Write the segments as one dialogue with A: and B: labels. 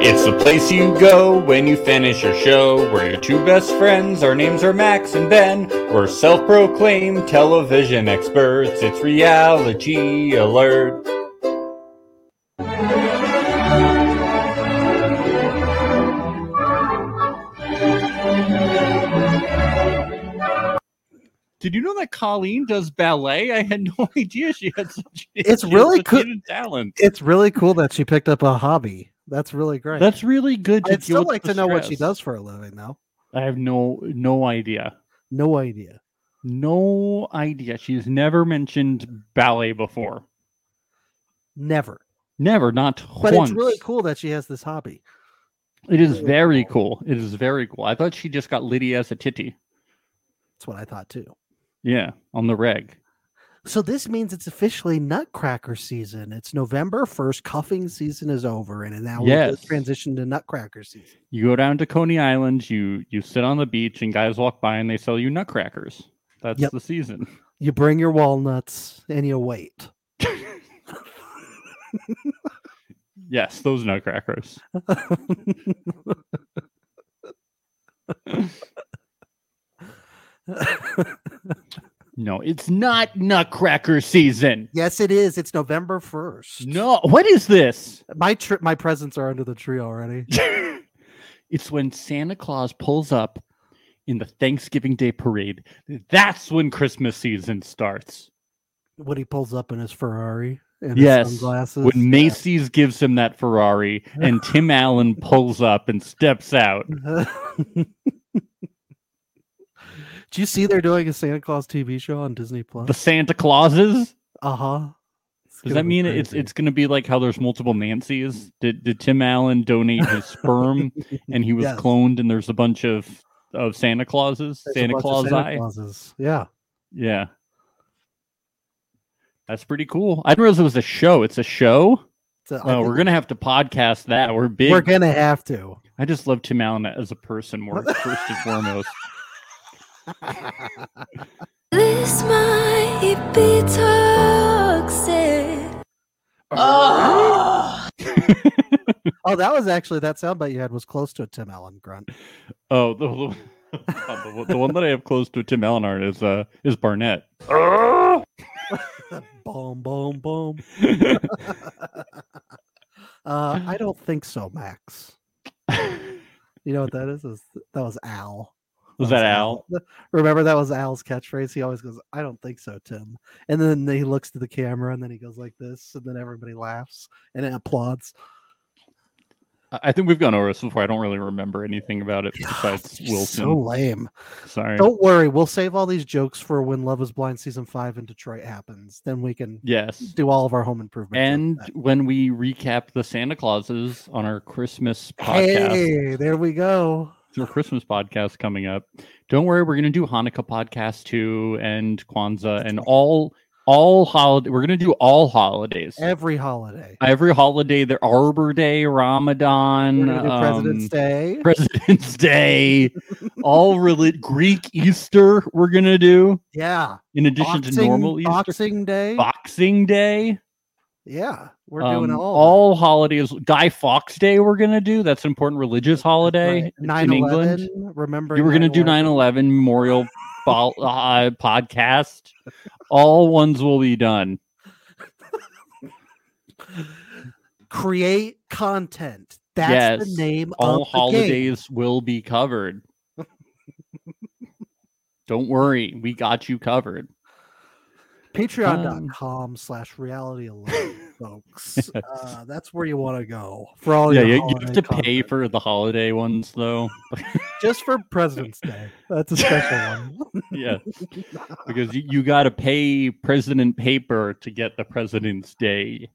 A: It's the place you go when you finish your show. We're your two best friends. Our names are Max and Ben. We're self proclaimed television experts. It's reality alert.
B: Did you know that Colleen does ballet? I had no idea she had such.
C: It's
B: she had
C: really
B: such
C: cool-
B: hidden talent.
C: It's really cool that she picked up a hobby. That's really great.
B: That's really good. To
C: I'd still
B: deal with
C: like
B: the
C: to know what she
B: stress.
C: does for a living, though.
B: I have no no idea.
C: No idea.
B: No idea. She's never mentioned ballet before.
C: Never.
B: Never, not
C: But
B: once.
C: it's really cool that she has this hobby.
B: It is
C: really
B: very cool. It is very cool. I thought she just got Lydia as a titty.
C: That's what I thought too.
B: Yeah, on the reg.
C: So this means it's officially Nutcracker season. It's November first. Cuffing season is over, and now we
B: Yes.
C: just transition to Nutcracker season.
B: You go down to Coney Island. You you sit on the beach, and guys walk by, and they sell you nutcrackers. That's
C: Yep.
B: the season.
C: You bring your walnuts and you wait.
B: Yes, those nutcrackers. No, it's not nutcracker season.
C: yes, it is. It's November first.
B: No, what is this?
C: my trip, my presents are under the tree already.
B: it's when Santa Claus pulls up in the Thanksgiving Day parade. That's when Christmas season starts.
C: When he pulls up in his Ferrari and
B: Yes.
C: his sunglasses,
B: When Macy's gives him that Ferrari and Tim Allen pulls up and steps out.
C: Do you see they're doing a Santa Claus TV show on Disney
B: The
C: Plus?
B: Santa Clauses?
C: Uh huh.
B: Does that mean it's it's going to be like how there's multiple Nancy's? Did did Tim Allen donate his sperm and he was
C: Yes.
B: cloned and there's a bunch of of Santa Clauses, Santa Claus
C: Santa
B: eye?
C: Clauses. Yeah.
B: Yeah. That's pretty cool. I didn't realize it was a show. It's a show.
C: So I
B: Oh,
C: think
B: we're gonna have to podcast that. We're big.
C: we're gonna have to.
B: I just love Tim Allen as a person more first and foremost.
D: This might be toxic.
C: Oh, that was actually that soundbite you had was close to a Tim Allen grunt.
B: Oh, the, the, the one- the one that I have close to Tim Allen art is uh is Barnett.
C: boom, boom, boom. Uh, I don't think so, Max.
B: was
C: You know what that is? Is- That was Al.
B: that Al?
C: Remember that was Al's catchphrase. He always goes, "I don't think so, Tim," and then he looks to the camera, and then he goes like this, and then everybody laughs and applauds.
B: I I think we've gone over this before. I don't really remember anything about it besides
C: You're
B: Wilson.
C: So lame.
B: Sorry.
C: Don't worry, we'll save all these jokes for when Love Is Blind season five in Detroit happens. Then we can
B: Yes.
C: do all of our home improvement. jokes
B: And
C: then.
B: when we recap the Santa Clauses on our Christmas podcast,
C: hey, there we go.
B: your Christmas podcast coming up. Don't worry, we're gonna do Hanukkah podcast too, and Kwanzaa, and all all holiday. We're gonna do all holidays.
C: Every holiday.
B: Every holiday, the Arbor Day,
C: We're
B: Ramadan,
C: gonna do President's
B: um,
C: Day.
B: President's Day, all relig- Greek Easter. We're gonna do
C: Yeah.
B: in addition to normal
C: Boxing,
B: Easter,
C: Boxing Day.
B: Boxing Day.
C: Yeah. We're doing
B: um,
C: all
B: all holidays. Guy Fox Day. We're gonna do. That's an important religious holiday in
C: Nine
B: England.
C: eleven. Remember,
B: You were going to do 9 11 memorial bol- uh, podcast. All ones will be done.
C: Create content. That's
B: Yes,
C: the name
B: All
C: of the game.
B: holidays will be covered. Don't worry. We got you covered.
C: Patreon.com slash reality alert, folks. Uh, that's where you want to go for all
B: yeah,
C: your
B: you, you have
C: Oh, holiday
B: to pay
C: content.
B: for the holiday ones, though.
C: just for President's Day. That's a special one.
B: yeah. Because you, you got to pay President Paper to get the President's Day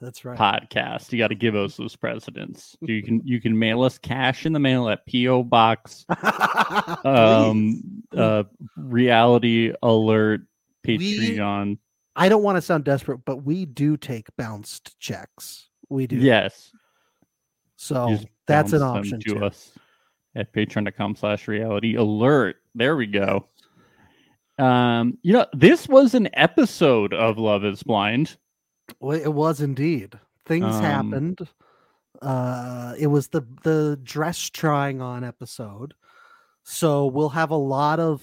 C: That's right.
B: podcast. You got to give us those presidents. You can you can mail us cash in the mail at P.O. Box
C: Ah, Please.
B: um uh reality alert
C: We-
B: patreon
C: I don't want to sound desperate, but we do take bounced checks. We do.
B: yes
C: So
B: Just
C: that's an
B: bounce them
C: option
B: to
C: too.
B: us at patreon.com slash reality alert there we go um you know this was an episode of love is blind
C: Well, it was indeed. Things
B: Um,
C: happened. uh it was the the dress trying on episode so we'll have a lot of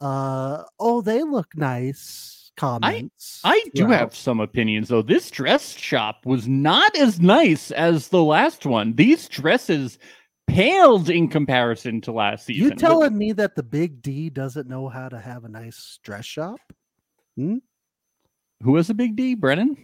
C: uh oh they look nice comments
B: I do
C: throughout.
B: have some opinions though. This dress shop was not as nice as the last one. These dresses paled in comparison to last season.
C: you telling me that the big d doesn't know how to have a nice dress shop
B: who has a big D, Brennan?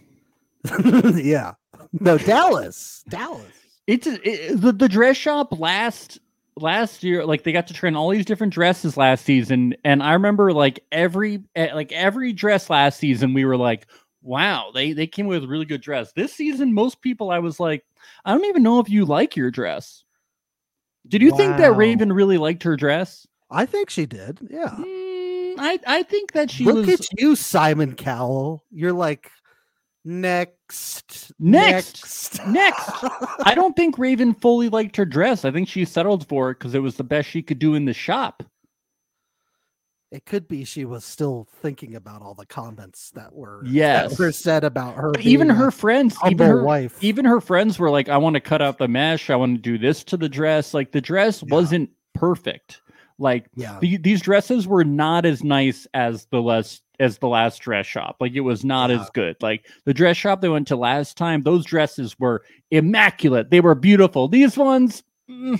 C: yeah no dallas dallas
B: It's it, the the dress shop last last year. Like they got to try on all these different dresses last season, and I remember like every eh, like every dress last season, we were like, "Wow, they they came with a really good dress." This season, most people, I was like, "I don't even know if you like your dress." Did you think that
C: Wow.
B: Raven really liked her dress?
C: i think she did yeah
B: Mm, I I think that she
C: Look
B: was
C: at you, Simon Cowell. You're like next,
B: Next,
C: next.
B: next. I don't think Raven fully liked her dress. I think she settled for it because it was the best she could do in the shop.
C: it could be she was still thinking about all the comments that were
B: Yes.
C: that were said about her.
B: But even
C: being a
B: her friends, even
C: humble
B: her,
C: wife.
B: even her friends were like, "I want to cut out the mesh. I want to do this to the dress." Like the dress
C: Yeah.
B: wasn't perfect. Like
C: yeah,
B: the, these dresses were not as nice as the less as the last dress shop. Like it was not
C: Yeah.
B: as good. Like the dress shop they went to last time, those dresses were immaculate. They were beautiful. These ones, mm,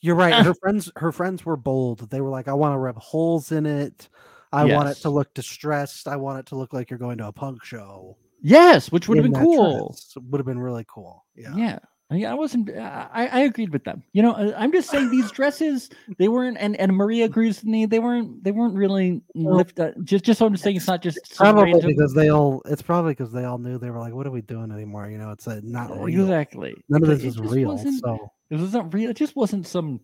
C: you're right.
B: Ah.
C: Her friends, her friends were bold. They were like, "I want to rub holes in it. I want it
B: Yes.
C: to look distressed. I want it to look like you're going to a punk show."
B: yes, which would have been cool.
C: Would have been really cool. Yeah.
B: Yeah. I I wasn't. I, I agreed with them. You know, I, I'm just saying these dresses. They weren't, and, and Maria agrees with me. They weren't. They weren't really
C: Well,
B: lift. Up. Just, just so I'm just saying, it's not just some
C: Probably
B: random-
C: because they all. It's probably because they all knew they were like, "What are we doing anymore?" You know, it's a not real.
B: exactly.
C: None of
B: But
C: this
B: it
C: is
B: just
C: real.
B: wasn't-
C: So
B: It wasn't real. It just wasn't some.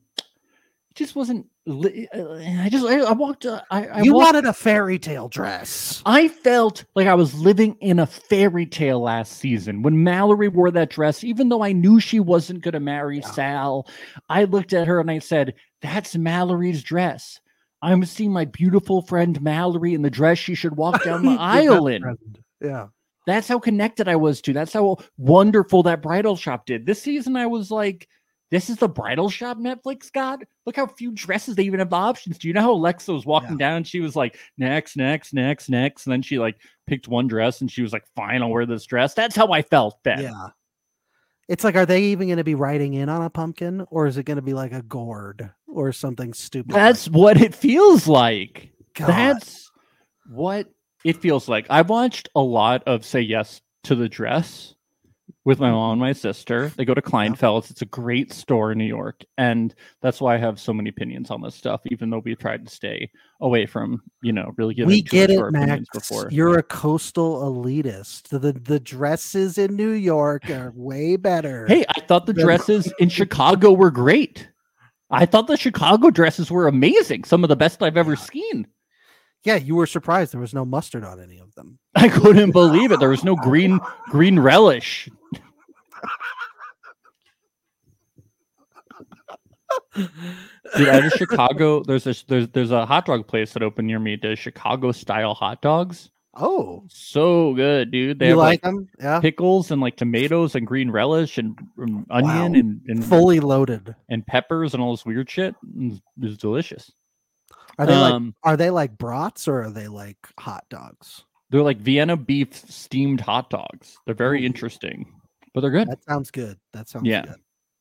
B: It just wasn't. li- uh, I just. I, I walked. uh, I, I
C: you
B: walked,
C: wanted a fairy tale dress.
B: I felt like I was living in a fairy tale last season when Mallory wore that dress, even though I knew she wasn't going to marry
C: Yeah.
B: Sal. I looked at her and I said, That's Mallory's dress. I'm seeing my beautiful friend Mallory in the dress she should walk down the
C: Your best
B: aisle in.
C: friend. Yeah.
B: That's how connected I was to. That's how wonderful that bridal shop did. This season, I was like, this is the bridal shop Netflix God. Look how few dresses they even have options. Do you know how Alexa was walking
C: Yeah.
B: down? And she was like, next, next, next, next. And then she like picked one dress and she was like, fine, I'll wear this dress. That's how I felt then.
C: Yeah. It's like, are they even going to be riding in on a pumpkin or is it going to be like a gourd or something stupid? like-
B: That's what it feels like.
C: God.
B: That's what it feels like. I've watched a lot of Say Yes to the Dress with my mom and my sister. They go to Kleinfeld's. It's a great store in New York. And that's why I have so many opinions on this stuff, even though we tried to stay away from, you know, really giving
C: we
B: too
C: get
B: much of
C: it,
B: our
C: Max.
B: opinions before.
C: You're a coastal elitist. The the dresses in New York are way better.
B: Hey, I thought the
C: Then-
B: dresses in Chicago were great. I thought the Chicago dresses were amazing. Some of the best I've ever
C: Yeah.
B: seen.
C: yeah, you were surprised there was no mustard on any of them.
B: I couldn't believe it. There was no green green relish. Dude, at a Chicago, there's a there's there's a hot dog place that opened near me. Does Chicago style hot dogs?
C: Oh,
B: So good, dude. They
C: you
B: have like,
C: like, them? Yeah,
B: pickles and like tomatoes and green relish and, um, onion
C: Wow.
B: and and,
C: fully loaded.
B: and peppers and all this weird shit. It's, it's delicious.
C: Are they like
B: Um,
C: are they like brats or are they like hot dogs?
B: they're like Vienna beef steamed hot dogs. They're very
C: Ooh.
B: interesting, but they're good.
C: That sounds good. That sounds
B: Yeah.
C: good.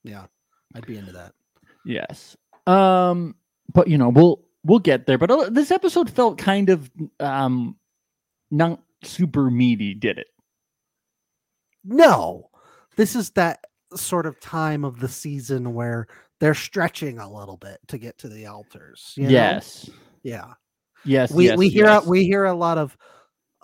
C: Yeah. I'd be into that.
B: Yes. Um, but you know, we'll we'll get there. But uh, this episode felt kind of um not super meaty, did it?
C: No. This is that sort of time of the season where they're stretching a little bit to get to the altars. you know?
B: Yes.
C: Yeah.
B: Yes.
C: We
B: yes,
C: we hear
B: yes.
C: we hear a lot of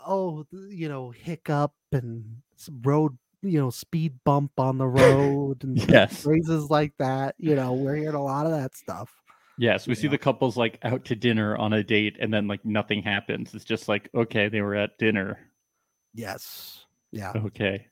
C: oh, th- you know, hiccup and s- road, you know, speed bump on the road and
B: Yes.
C: phrases like that. You know, we're hearing a lot of that stuff.
B: Yes. We see
C: Yeah.
B: the couples like out to dinner on a date and then like nothing happens. It's just like, okay, they were at dinner.
C: Yes. Yeah.
B: Okay.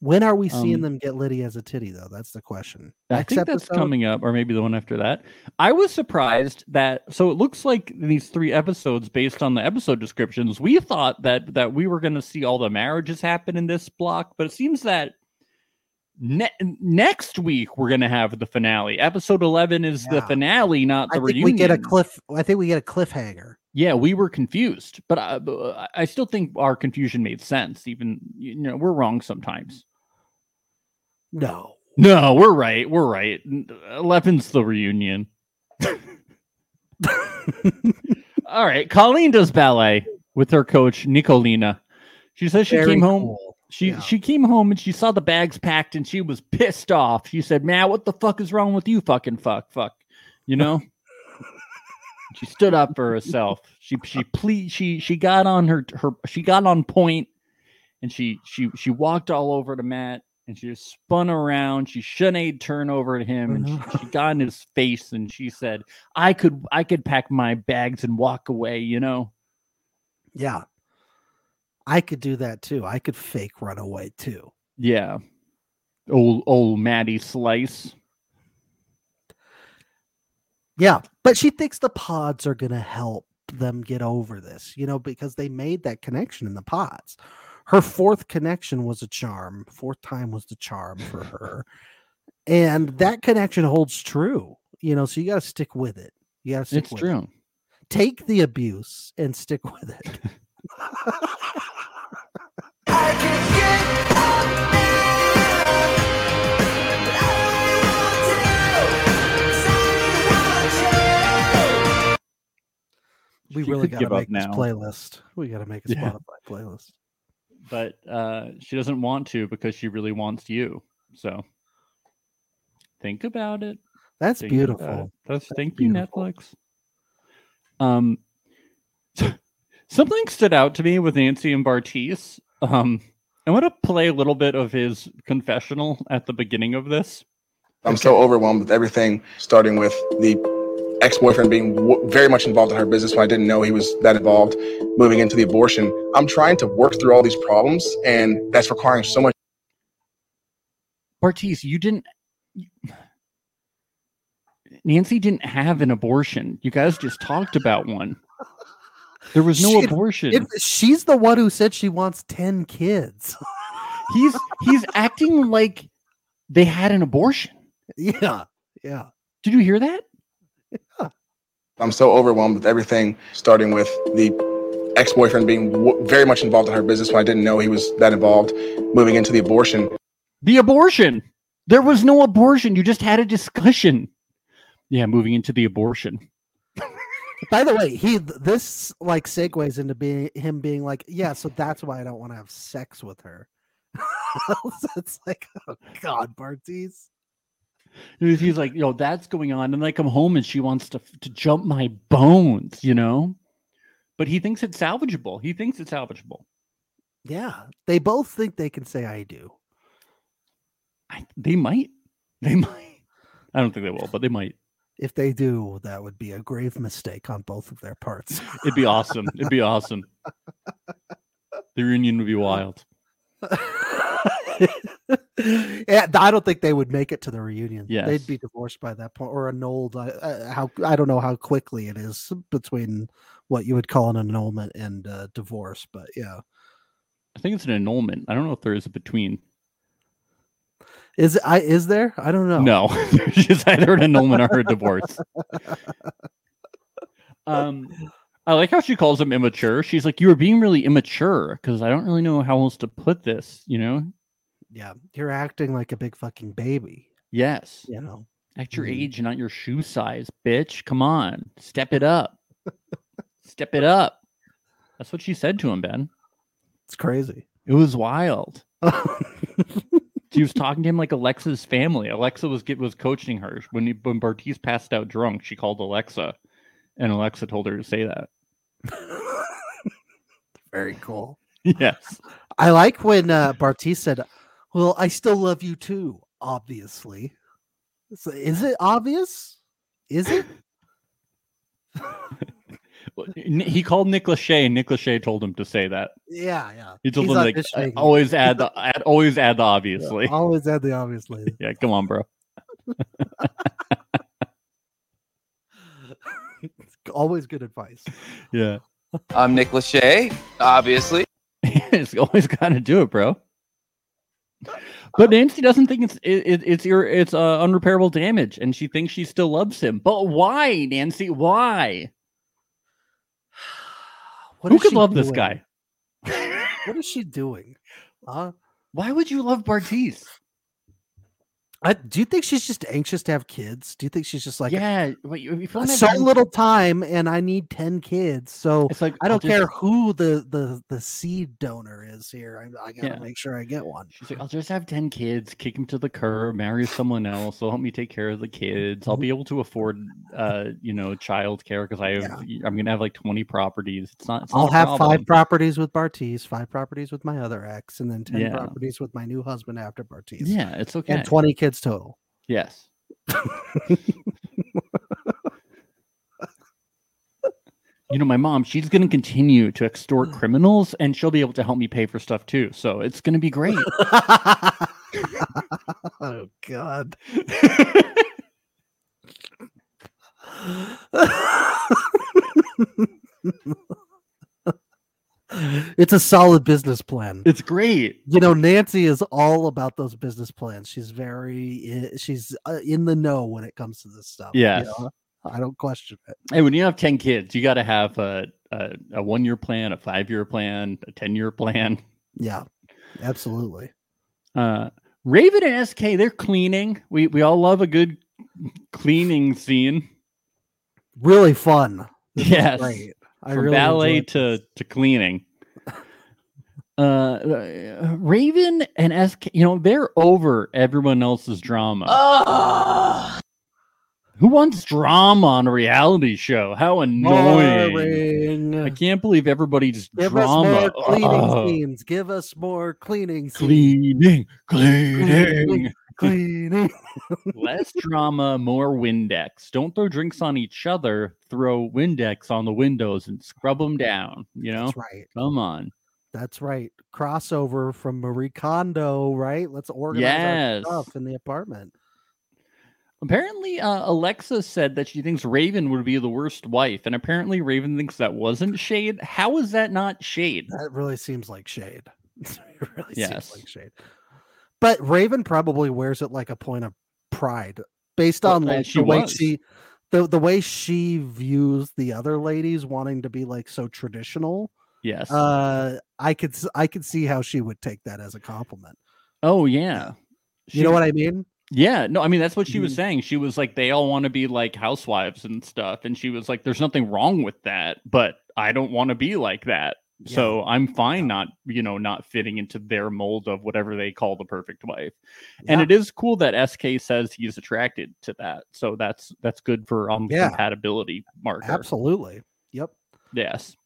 C: When are we seeing
B: Um,
C: them get Liddy as a titty though? That's the question.
B: I
C: Next
B: think that's
C: episode?
B: coming up, or maybe the one after that. I was surprised that so it looks like these three episodes, based on the episode descriptions, we thought that that we were going to see all the marriages happen in this block, but it seems that Ne- next week we're gonna have the finale. Episode eleven is the
C: Yeah.
B: finale, not
C: I
B: the
C: think
B: reunion.
C: we get a cliff. I think we get a cliffhanger.
B: yeah, we were confused, but I, but I still think our confusion made sense. Even you know we're wrong sometimes.
C: No,
B: No, we're right. We're right. Eleven's the reunion. All right, Colleen does ballet with her coach Nicolina. She says she
C: Very
B: came home.
C: cool.
B: She
C: Yeah.
B: she came home and she saw the bags packed and she was pissed off. She said, "Man, what the fuck is wrong with you, fucking fuck, fuck?" You know. she stood up for herself. She she ple- she she got on her her she got on point, and she she she walked all over to Matt and she just spun around. She Sinead turned over to him and she,
C: Uh-huh.
B: she got in his face and she said, "I could I could pack my bags and walk away," you know.
C: Yeah, I could do that too. I could fake run away too.
B: Yeah. Old old Maddie Slice.
C: Yeah, but she thinks the pods are going to help them get over this, you know, because they made that connection in the pods. Her fourth connection was a charm. Fourth time was the charm for her. And that connection holds true, you know, so you got to stick with it. You got to stick
B: It's
C: with it.
B: true.
C: Take the abuse and stick with it. we
B: She
C: really
B: could
C: got to
B: give up
C: make this
B: now.
C: playlist. We got to make a
B: Yeah.
C: Spotify playlist.
B: but uh, she doesn't want to because she really wants you. So think about it.
C: That's
B: think about
C: beautiful.
B: it. That's,
C: That's
B: thank
C: beautiful.
B: you, Netflix. Um, something stood out to me with Nancy and Bartiz. Um, I want to play a little bit of his confessional at the beginning of this.
E: I'm so overwhelmed with everything, starting with the ex-boyfriend being w- very much involved in her business when I didn't know he was that involved, moving into the abortion. I'm trying to work through all these problems, and that's requiring so much
B: Bartiz, you didn't. Nancy didn't have an abortion. You guys just talked about one. There was no
C: She-
B: abortion.
C: If she's the one who said she wants 10 kids.
B: he's he's acting like they had an abortion.
C: yeah. Yeah.
B: Did you hear that?
E: I'm so overwhelmed with everything, starting with the ex-boyfriend being w- very much involved in her business when I didn't know he was that involved, moving into the abortion.
B: The abortion. There was no abortion. You just had a discussion. Yeah, moving into the abortion.
C: By the way, he th- this like segues into being him being like, yeah, so that's why I don't want to have sex with her. So it's like, oh God, Bartiz.
B: He's he's like, yo, that's going on. And I come home and she wants to to jump my bones, you know? But he thinks it's salvageable. He thinks it's salvageable.
C: Yeah, they both think they can say I do.
B: I, they might. They might. I don't think they will, but they might.
C: If they do, that would be a grave mistake on both of their parts.
B: It'd be awesome. It'd be awesome. The reunion would be wild.
C: yeah, I don't think they would make it to the reunion.
B: Yes.
C: they'd be divorced by that point, or annulled. I- Uh, how I don't know how quickly it is between what you would call an annulment and uh, divorce, but yeah,
B: I think it's an annulment. I don't know if there is a between.
C: is I is there? I don't know.
B: No, there's just either an annulment or a divorce. um, I like how she calls him immature. She's like, "You were being really immature," because I don't really know how else to put this. You know?
C: Yeah, you're acting like a big fucking baby.
B: Yes.
C: You know.
B: At your
C: Mhm.
B: age, not your shoe size, bitch. Come on, step it up. step it up. That's what she said to him, Ben.
C: It's crazy.
B: It was wild. she was talking to him like Alexa's family. Alexa was get, was coaching her when he, when Bartiz passed out drunk. She called Alexa, and Alexa told her to say that.
C: Very cool.
B: Yes,
C: I like when uh, Bartiz said, "Well, I still love you too." Obviously, so is it obvious? Is it?
B: Well, N- he called Nick Lachey, and Nick Lachey told him to say that.
C: Yeah, yeah.
B: He told
C: He's
B: him like
C: auditioning.
B: always add the add, always add the obviously. Yeah,
C: Always add the obviously.
B: come on, bro.
C: Always good advice.
B: Yeah,
F: I'm Nick Lachey, obviously.
B: it's always got to do it, bro. But Nancy doesn't think it's it, it, it's your it's uh, unrepairable damage, and she thinks she still loves him. But why, Nancy? Why?
C: What
B: Who
C: is
B: could
C: she
B: love this
C: doing?
B: guy?
C: What is she doing? Uh,
B: Why would you love Bartiz?
C: I, do you think she's just anxious to have kids? Do you think she's just like
B: yeah, but you- if you
C: "I
B: wanna
C: so
B: have-
C: little time and I need ten kids? So
B: It's like
C: I
B: "I'll
C: don't care
B: just-
C: who the the the seed donor is here. I, I gotta
B: Yeah.
C: make sure I get one.
B: She's like, I'll just have 10 kids, kick him to the curb, marry someone else. They'll help me take care of the kids.
C: Mm-hmm.
B: I'll be able to afford, uh, you know, child care because I have, I'm going to have like 20 properties. It's not, it's not
C: I'll
B: a
C: have
B: problem.
C: five properties with Bartiz, five properties with my other ex, and then ten
B: Yeah.
C: properties with my new husband after Bartiz.
B: Yeah, it's okay.
C: And twenty kids total.
B: yes. you know, my mom, she's going to continue to extort
C: Mm.
B: criminals and she'll be able to help me pay for stuff too. So it's going to be great.
C: oh God. it's a solid business plan.
B: it's great.
C: You know, Nancy is all about those business plans. She's very, i- she's uh, in the know when it comes to this stuff. you
B: Yes.
C: know? I don't question it.
B: Hey, when you have 10 kids, you got to have a, a, a one year plan, a five year plan, a 10 year plan.
C: Yeah, absolutely.
B: Uh, Raven and SK, they're cleaning. We, we all love a good cleaning scene.
C: Really fun. This was
B: Yes.
C: great. I
B: from
C: really
B: ballet
C: enjoyed
B: to,
C: this.
B: to cleaning. Uh, uh, Raven and SK, you know, they're over everyone else's drama. Who wants drama on a reality show? How annoying. I
C: Boring.
B: can't believe everybody's
C: Give
B: drama.
C: us more cleaning
B: Ugh.
C: scenes. Give us more cleaning scenes.
B: cleaning, cleaning.
C: Cleaning.
B: Less drama, more Windex. Don't throw drinks on each other. Throw Windex on the windows and scrub them down. You know,
C: That's right.
B: come on.
C: That's right. Crossover from Marie Kondo, right? Let's organize
B: Yes.
C: our stuff in the apartment.
B: Apparently, uh, Alexa said that she thinks Raven would be the worst wife, and apparently, Raven thinks that wasn't shade. How is that not shade?
C: That really seems like shade. it really
B: Yes.
C: seems like shade. But Raven probably wears it like a point of pride based
B: Well,
C: on
B: uh,
C: like
B: she
C: the way
B: was.
C: she the, the way she views the other ladies wanting to be like so traditional.
B: Yes.
C: Uh I could s- I could see how she would take that as a compliment.
B: oh yeah.
C: you know
B: She-
C: what I mean?
B: Yeah, no, I mean that's what she was
C: Mhm.
B: saying. She was like, they all want to be like housewives and stuff, and she was like, "There's nothing wrong with that, but I don't want to be like that,
C: Yeah.
B: so I'm fine not, you know, not fitting into their mold of whatever they call the perfect wife." And
C: Yeah.
B: it is cool that SK says he's attracted to that, so that's that's good for um
C: Yeah.
B: compatibility marker.
C: Absolutely. Yep.
B: Yes,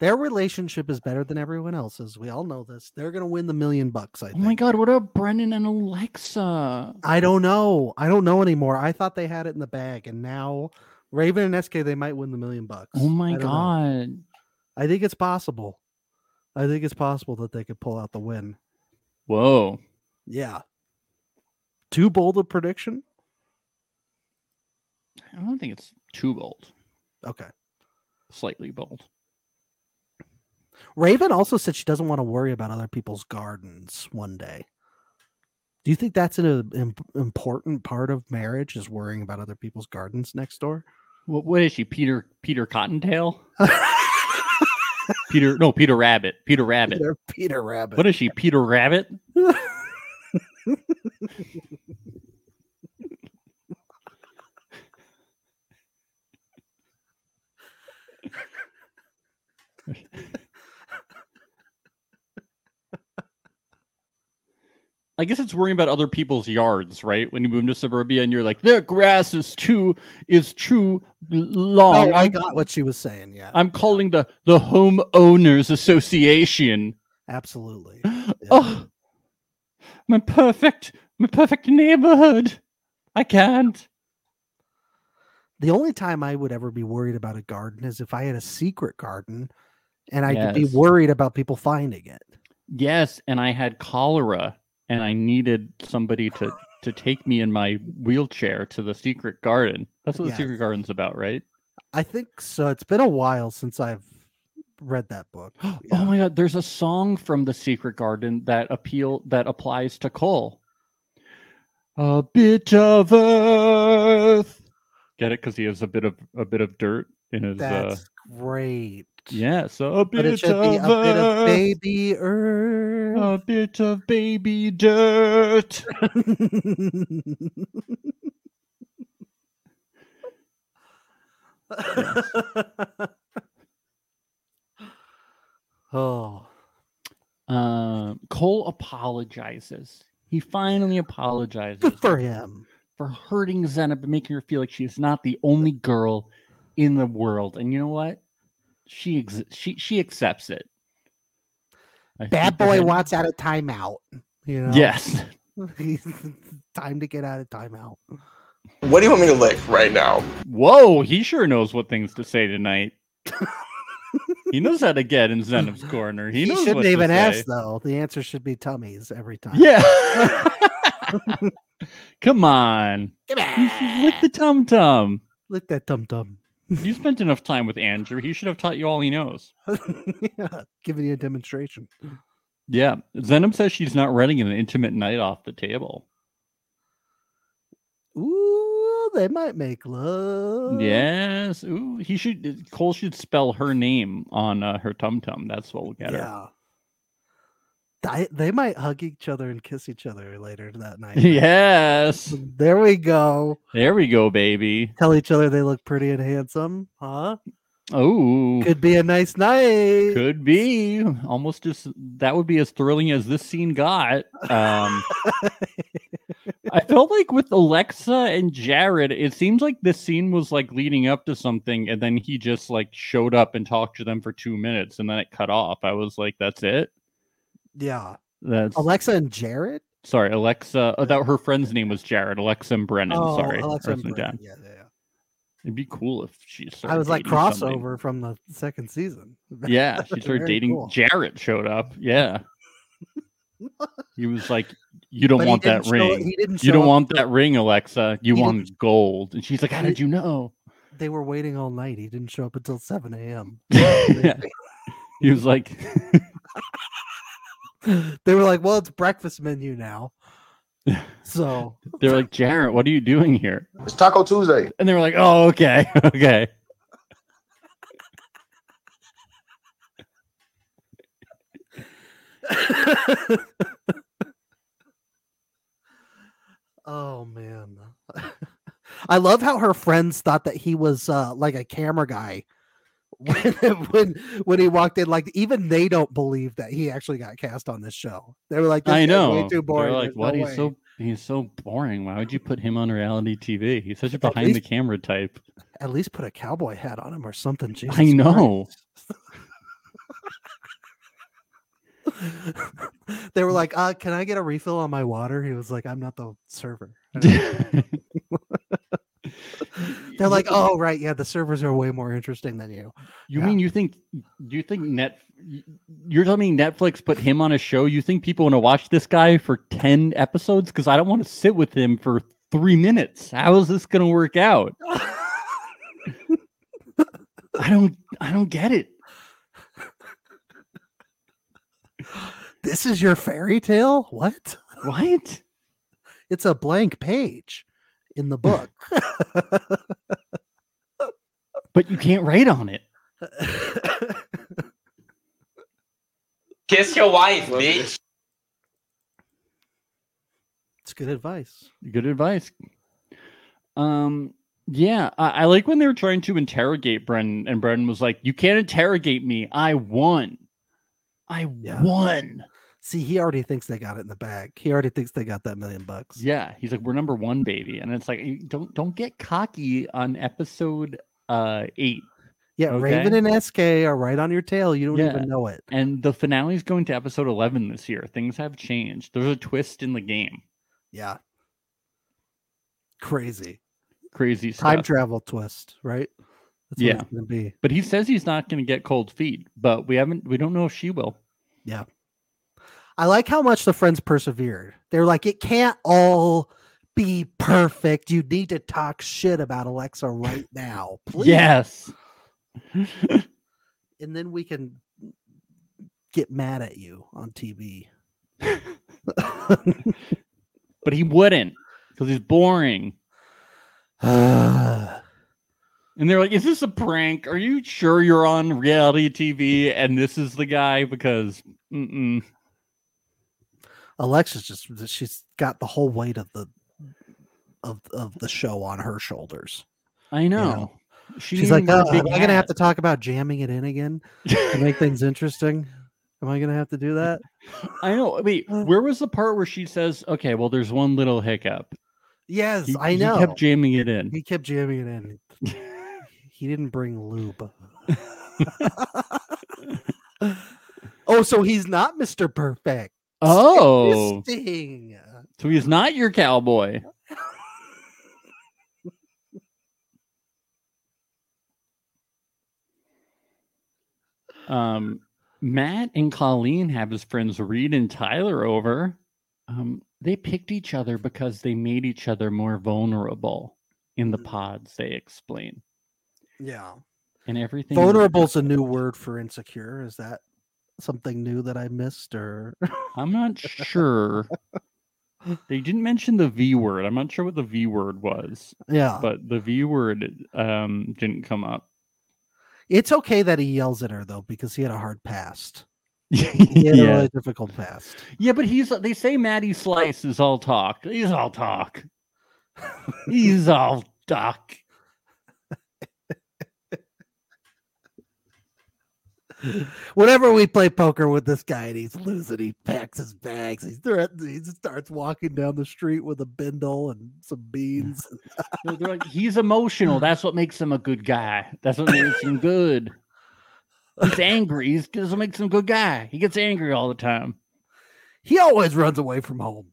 C: Their relationship is better than everyone else's. We all know this. They're gonna win the million bucks.
B: Oh
C: I think.
B: my god, what about Brennan and Alexa? Oh
C: I don't know. I don't know anymore. I thought they had it in the bag, and now Raven and SK they might win the million bucks.
B: Oh my
C: I don't know.
B: god.
C: I think it's possible. I think it's possible that they could pull out the win.
B: Whoa.
C: Yeah. Too bold a prediction.
B: I don't think it's too bold.
C: Okay.
B: Slightly bold.
C: Raven also said she doesn't want to worry about other people's gardens one day. Do you think that's an uh, im- important part of marriage is worrying about other people's gardens next door?
B: What, what is she? Peter Peter Cottontail? Peter no Peter Rabbit. Peter Rabbit.
C: Peter, Peter Rabbit. Oh,
B: What is she? Peter Rabbit? I guess it's worrying about other people's yards, right? When you move to suburbia and you're like, their grass is too is too long.
C: Oh, I
B: I'm,
C: got what she was saying. Yeah,
B: I'm calling the the homeowners association.
C: absolutely.
B: Oh, my perfect, my perfect neighborhood. I can't.
C: the only time I would ever be worried about a garden is if I had a secret garden and I could be
B: Yes.
C: worried about people finding it.
B: Yes, and I had cholera, and I needed somebody to to take me in my wheelchair to the secret garden. That's what the
C: Yes.
B: secret garden's about, right?
C: I think so. It's been a while since I've read that book.
B: Oh my god, there's a song from The Secret Garden that appeal that applies to Cole. A bit of earth. Get it because he has a bit of a bit of dirt in his. uh
C: That's great.
B: Yeah, so a
C: But it
B: bit,
C: should
B: of,
C: be a bit of
B: earth,
C: baby earth.
B: a bit of baby dirt.
C: oh.
B: Uh, Cole apologizes. He finally apologizes.
C: Good for him.
B: for hurting Zena but making her feel like she is not the only girl in the world. And you know what? She ex- she she accepts it. I think
C: Bad
B: for
C: boy
B: him-
C: wants out of timeout. You know?
B: Yes.
C: Time to get out of timeout.
E: What do you want me to lick right now?
B: Whoa, he sure knows what things to say tonight. he knows how to get in Zenob's corner. He, knows
C: shouldn't
B: what to
C: even
B: say.
C: ask though. The answer should be tummies every time.
B: Yeah. Come on.
C: Come
B: You should Lick the tum tum.
C: Lick that tum tum.
B: You spent enough time with Andrew. He should have taught you all he knows.
C: yeah, giving you a demonstration.
B: Yeah. Zenom says she's not running an intimate night off the table.
C: Ooh, they might make love.
B: Yes. Ooh, he should Cole should spell her name on uh, her tum tum. That's what will get her.
C: Yeah. Di- they might hug each other and kiss each other later that night.
B: Yes.
C: There we go.
B: There we go, baby.
C: Tell each other they look pretty and handsome. Huh?
B: Oh, could,
C: Could be a nice night.
B: be almost as that would be as thrilling as this scene got. Um, I felt like with Alexa and Jared, it seems like this scene was like leading up to something, and then he just like showed up and talked to them for two minutes, and then it cut off. I was like, "That's it."
C: Yeah.
B: That's
C: Alexa and Jared?
B: sorry, Alexa. Oh, that her friend's name was Jared. Alexa and Brennan.
C: oh,
B: sorry,
C: Alexa and
B: Earth and
C: Brandon.
B: Jen.
C: Yeah, yeah,
B: It'd be cool if she.
C: yeah.
B: started
C: I was like
B: dating somebody.
C: crossover from the second season.
B: Yeah, she started
C: Very
B: dating.
C: cool.
B: Jarrett showed up. Yeah, he was like, "You don't
C: But he
B: want that
C: didn't show-
B: ring.
C: he didn't
B: You
C: show
B: don't
C: up
B: want that ring, Alexa. You
C: He didn't-
B: want gold." And she's like, "How
C: He-
B: did you know?"
C: They were waiting all night. He didn't show up until 7 a.m.
B: Yeah. He was like,
C: they were like, well, it's breakfast menu now. So
B: "They're like Jarrett, what are you doing here?"
E: It's Taco Tuesday.
B: And they were like, "Oh, okay, okay."
C: Oh man. I love how her friends thought that he was uh like a camera guy when when when he walked in. Like even they don't believe that he actually got cast on this show. They were like, "This
B: I
C: guy's
B: know.
C: way too boring.
B: They're like,
C: there's no
B: what? he's
C: way."
B: so he's so boring. Why would you put him on reality TV? He's such a behind the
C: least-
B: camera type.
C: At least put a cowboy hat on him or something. Jesus
B: I know.
C: Christ. they were like, uh, "Can I get a refill on my water?" He was like, "I'm not the server." They're like, "Oh right, yeah, the servers are way more interesting than you."
B: You
C: Yeah.
B: mean you think you think net y- you're telling me Netflix put him on a show? You think people want to watch this guy for 10 episodes cuz I don't want to sit with him for 3 minutes. How is this going to work out? I don't I don't get it.
C: this is your fairy tale? What?
B: What?
C: It's a blank page in the book.
B: But you can't write on it.
F: Kiss your wife, bitch.
C: it's good advice.
B: Good advice. Um, yeah, I, I like when they were trying to interrogate Brendan, and Brendan was like, "You can't interrogate me. I won. I
C: Yeah.
B: won."
C: See, he already thinks they got it in the bag. He already thinks they got that million bucks.
B: Yeah, he's like, "We're number one, baby," and it's like, "Hey, "Don't don't get cocky on episode uh eight."
C: Yeah, Raven
B: Okay.
C: and SK are right on your tail. You don't
B: Yeah.
C: even know it.
B: And the finale is going to episode eleven this year. Things have changed. There's a twist in the game.
C: Yeah. Crazy.
B: Crazy stuff.
C: Time travel twist, right? That's
B: Yeah.
C: what it's gonna be.
B: but he says he's not going to get cold feet. But we haven't. We don't know if she will.
C: I like how much the friends persevered. They're like, it can't all be perfect. You need to talk shit about Alexa right now, please.
B: Yes.
C: and then we can get mad at you on TV.
B: but he wouldn't because he's boring.
C: Ah.
B: And they're like, "Is this a prank? Are you sure you're on reality TV and this is the guy?" Because mm-mm.
C: Alexa's just she's got the whole weight of the of of the show on her shoulders.
B: I know. She
C: She's like,
B: needed
C: oh,
B: a
C: am
B: big
C: I gonna have
B: hat."
C: to talk about jamming it in again to make things interesting? Am I gonna have to do that?
B: I know. Wait,
C: Uh.
B: where was the part where she says, "Okay, well, there's one little hiccup."
C: Yes,
B: He-
C: I
B: he
C: know.
B: kept jamming it in.
C: he kept jamming it in. he didn't bring lube. oh, so he's not Mr. Perfect.
B: Oh,
C: Interesting.
B: so he's not your cowboy. um, Matt and Colleen have his friends Reed and Tyler over. Um, they picked each other because they made each other more vulnerable in the pods. They explain
C: Yeah.
B: and everything. was-
C: Vulnerable's a new word for insecure. Is that something new that I missed or
B: I'm not sure. they didn't mention the V word. I'm not sure what the V word was.
C: yeah.
B: but the V word um, didn't come up.
C: It's okay that he yells at her though, because he had a hard past. He had a
B: yeah.
C: really difficult past.
B: yeah, but he's they say Matty Slice is all talk. He's all talk. he's all talk.
C: Whenever we play poker with this guy and he's losing, he packs his bags. He threatens. He just starts walking down the street with a bindle and some beans.
B: They're- they're like, he's emotional. That's what makes him a good guy. That's what makes him good. He's angry. He's that's what makes him a good guy. He gets angry all the time.
C: He always runs away from home.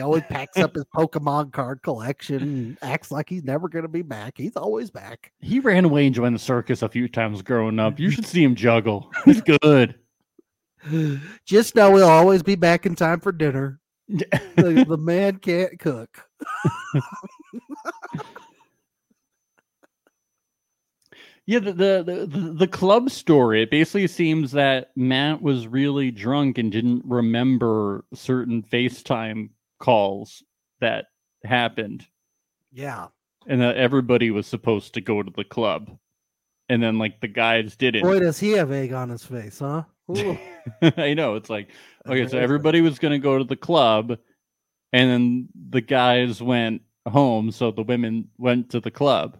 C: always packs up his Pokemon card collection and acts like he's never going to be back. He's always back.
B: He ran away and joined the circus a few times growing up. You should see him juggle. He's good.
C: Just know he'll always be back in time for dinner. the, the man can't cook.
B: Yeah, the, the the- the the club story. It basically seems that Matt was really drunk and didn't remember certain FaceTime calls that happened,
C: Yeah.
B: and that everybody was supposed to go to the club, and then like the guys didn't.
C: Boy, does he have egg on his face, huh? Ooh.
B: I know it's like okay, so
C: Amazing.
B: everybody was going to go to the club, and then the guys went home, so the women went to the club.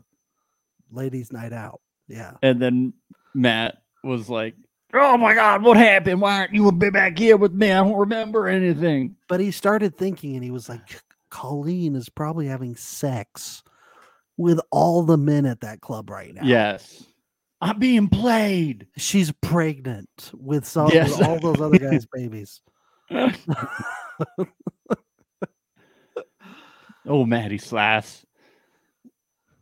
C: Ladies' night out. Yeah.
B: And then Matt was like, Oh my God, what happened? Why aren't you been back here with me? I don't remember anything.
C: but he started thinking and he was like colleen is probably having sex with all the men at that club right now
B: Yes. I'm being played.
C: she's pregnant with some
B: Yes.
C: with all those other guys babies
B: oh, Maddie Slass.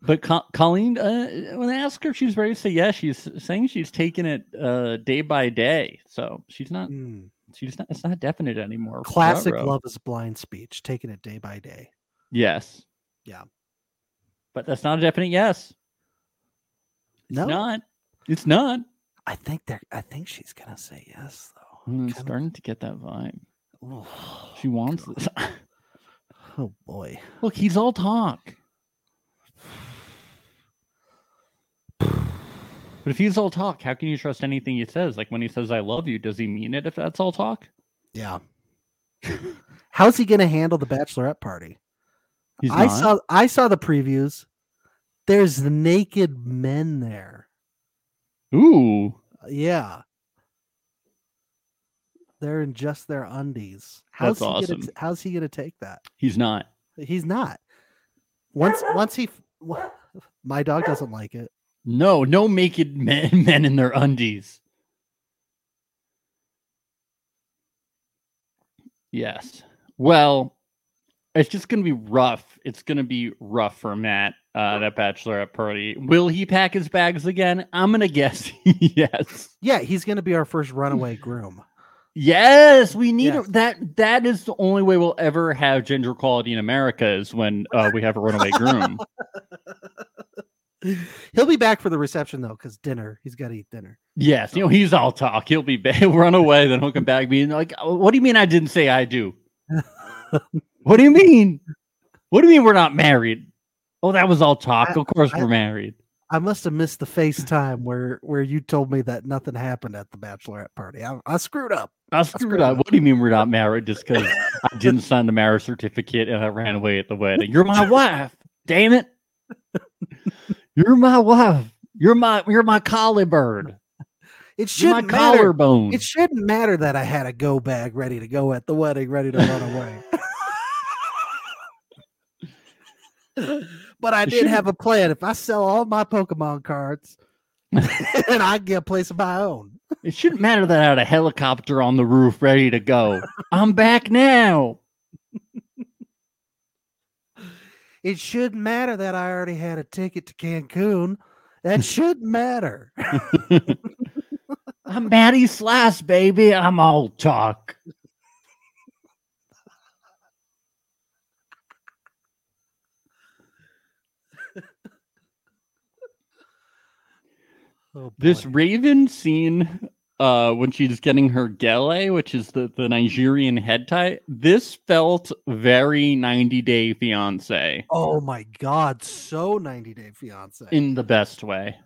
B: But Co- Colleen, uh, when I asked her if she was ready to say yes, she's saying she's taking it uh, day by day. So she's not,
C: Mm.
B: she's not, it's not definite anymore.
C: classic
B: Ruh-roh.
C: love is blind speech taking it day by day
B: Yes.
C: Yeah.
B: But that's not a definite yes. It's
C: no
B: not. It's not.
C: i think they're i think she's gonna say yes though
B: I'm
C: Kinda-
B: starting to get that vibe.
C: Oh,
B: She wants this.
C: oh boy
B: Look, he's all talk. But if he's all talk, how can you trust anything he says? Like when he says "I love you," does he mean it? If that's all talk,
C: yeah how's he gonna handle the bachelorette party
B: he's
C: I
B: not.
C: saw I saw the previews. There's naked men there.
B: Ooh,
C: Uh, Yeah. They're in just their undies.
B: That's
C: How's he gonna,
B: awesome.
C: t- how's he gonna take that?
B: he's not.
C: He's not. Once once he f- wha- my dog doesn't like it.
B: No, no naked men, men in their undies. Yes. Well, it's just going to be rough. It's going to be rough for Matt, uh, that bachelorette party. Will he pack his bags again? I'm going to guess yes.
C: Yeah, he's gonna be our first runaway groom.
B: Yes, we need
C: Yes.
B: a- that. That is the only way we'll ever have gender equality in America is when uh, we have a runaway groom.
C: He'll be back for the reception though, because dinner. He's got to eat dinner.
B: Yes, you know he's all talk. He'll be back, run away, then he'll come back being like, "Oh, "What do you mean I didn't say I do? what do you mean? What do you mean we're not married? Oh, that was all talk.
C: I-
B: of course
C: I-
B: we're married.
C: I must have missed the FaceTime where where you told me that nothing happened at the bachelorette party. I, I screwed up.
B: I screwed up. What do you mean we're not married just because I didn't sign the marriage certificate and I ran away at the wedding? You're my wife. Damn it. You're my wife. You're my you're my collie bird.
C: It
B: You're my
C: shouldn't matter.
B: collarbone.
C: It shouldn't matter that I had a go bag ready to go at the wedding, ready to run away. but I
B: It
C: did have a plan. If I sell all my Pokemon cards, and I get a place of my own.
B: It shouldn't matter that I had a helicopter on the roof ready to go. I'm back now.
C: It shouldn't matter that I already had a ticket to Cancun. That shouldn't matter.
B: I'm Maddie Slice, baby. I'm all talk.
C: Oh,
B: This
C: boy.
B: Raven scene, uh, when she's getting her gele, which is the, the Nigerian head tie, this felt very 90 Day Fiance
C: Oh my god, so 90 Day Fiance.
B: in the best way.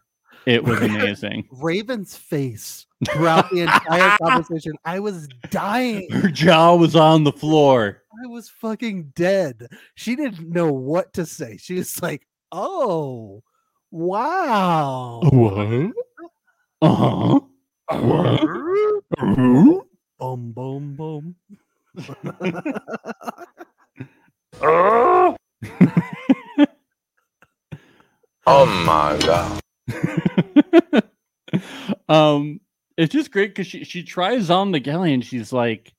B: It was amazing.
C: Raven's face throughout the entire conversation, I was dying.
B: her jaw was on the floor.
C: I was fucking dead. She didn't know what to say. She was like, "Oh, wow."
B: What? Uh huh.
C: Boom, boom, boom.
E: Oh my god.
B: um, it's just great because she she tries on the galley and she's like,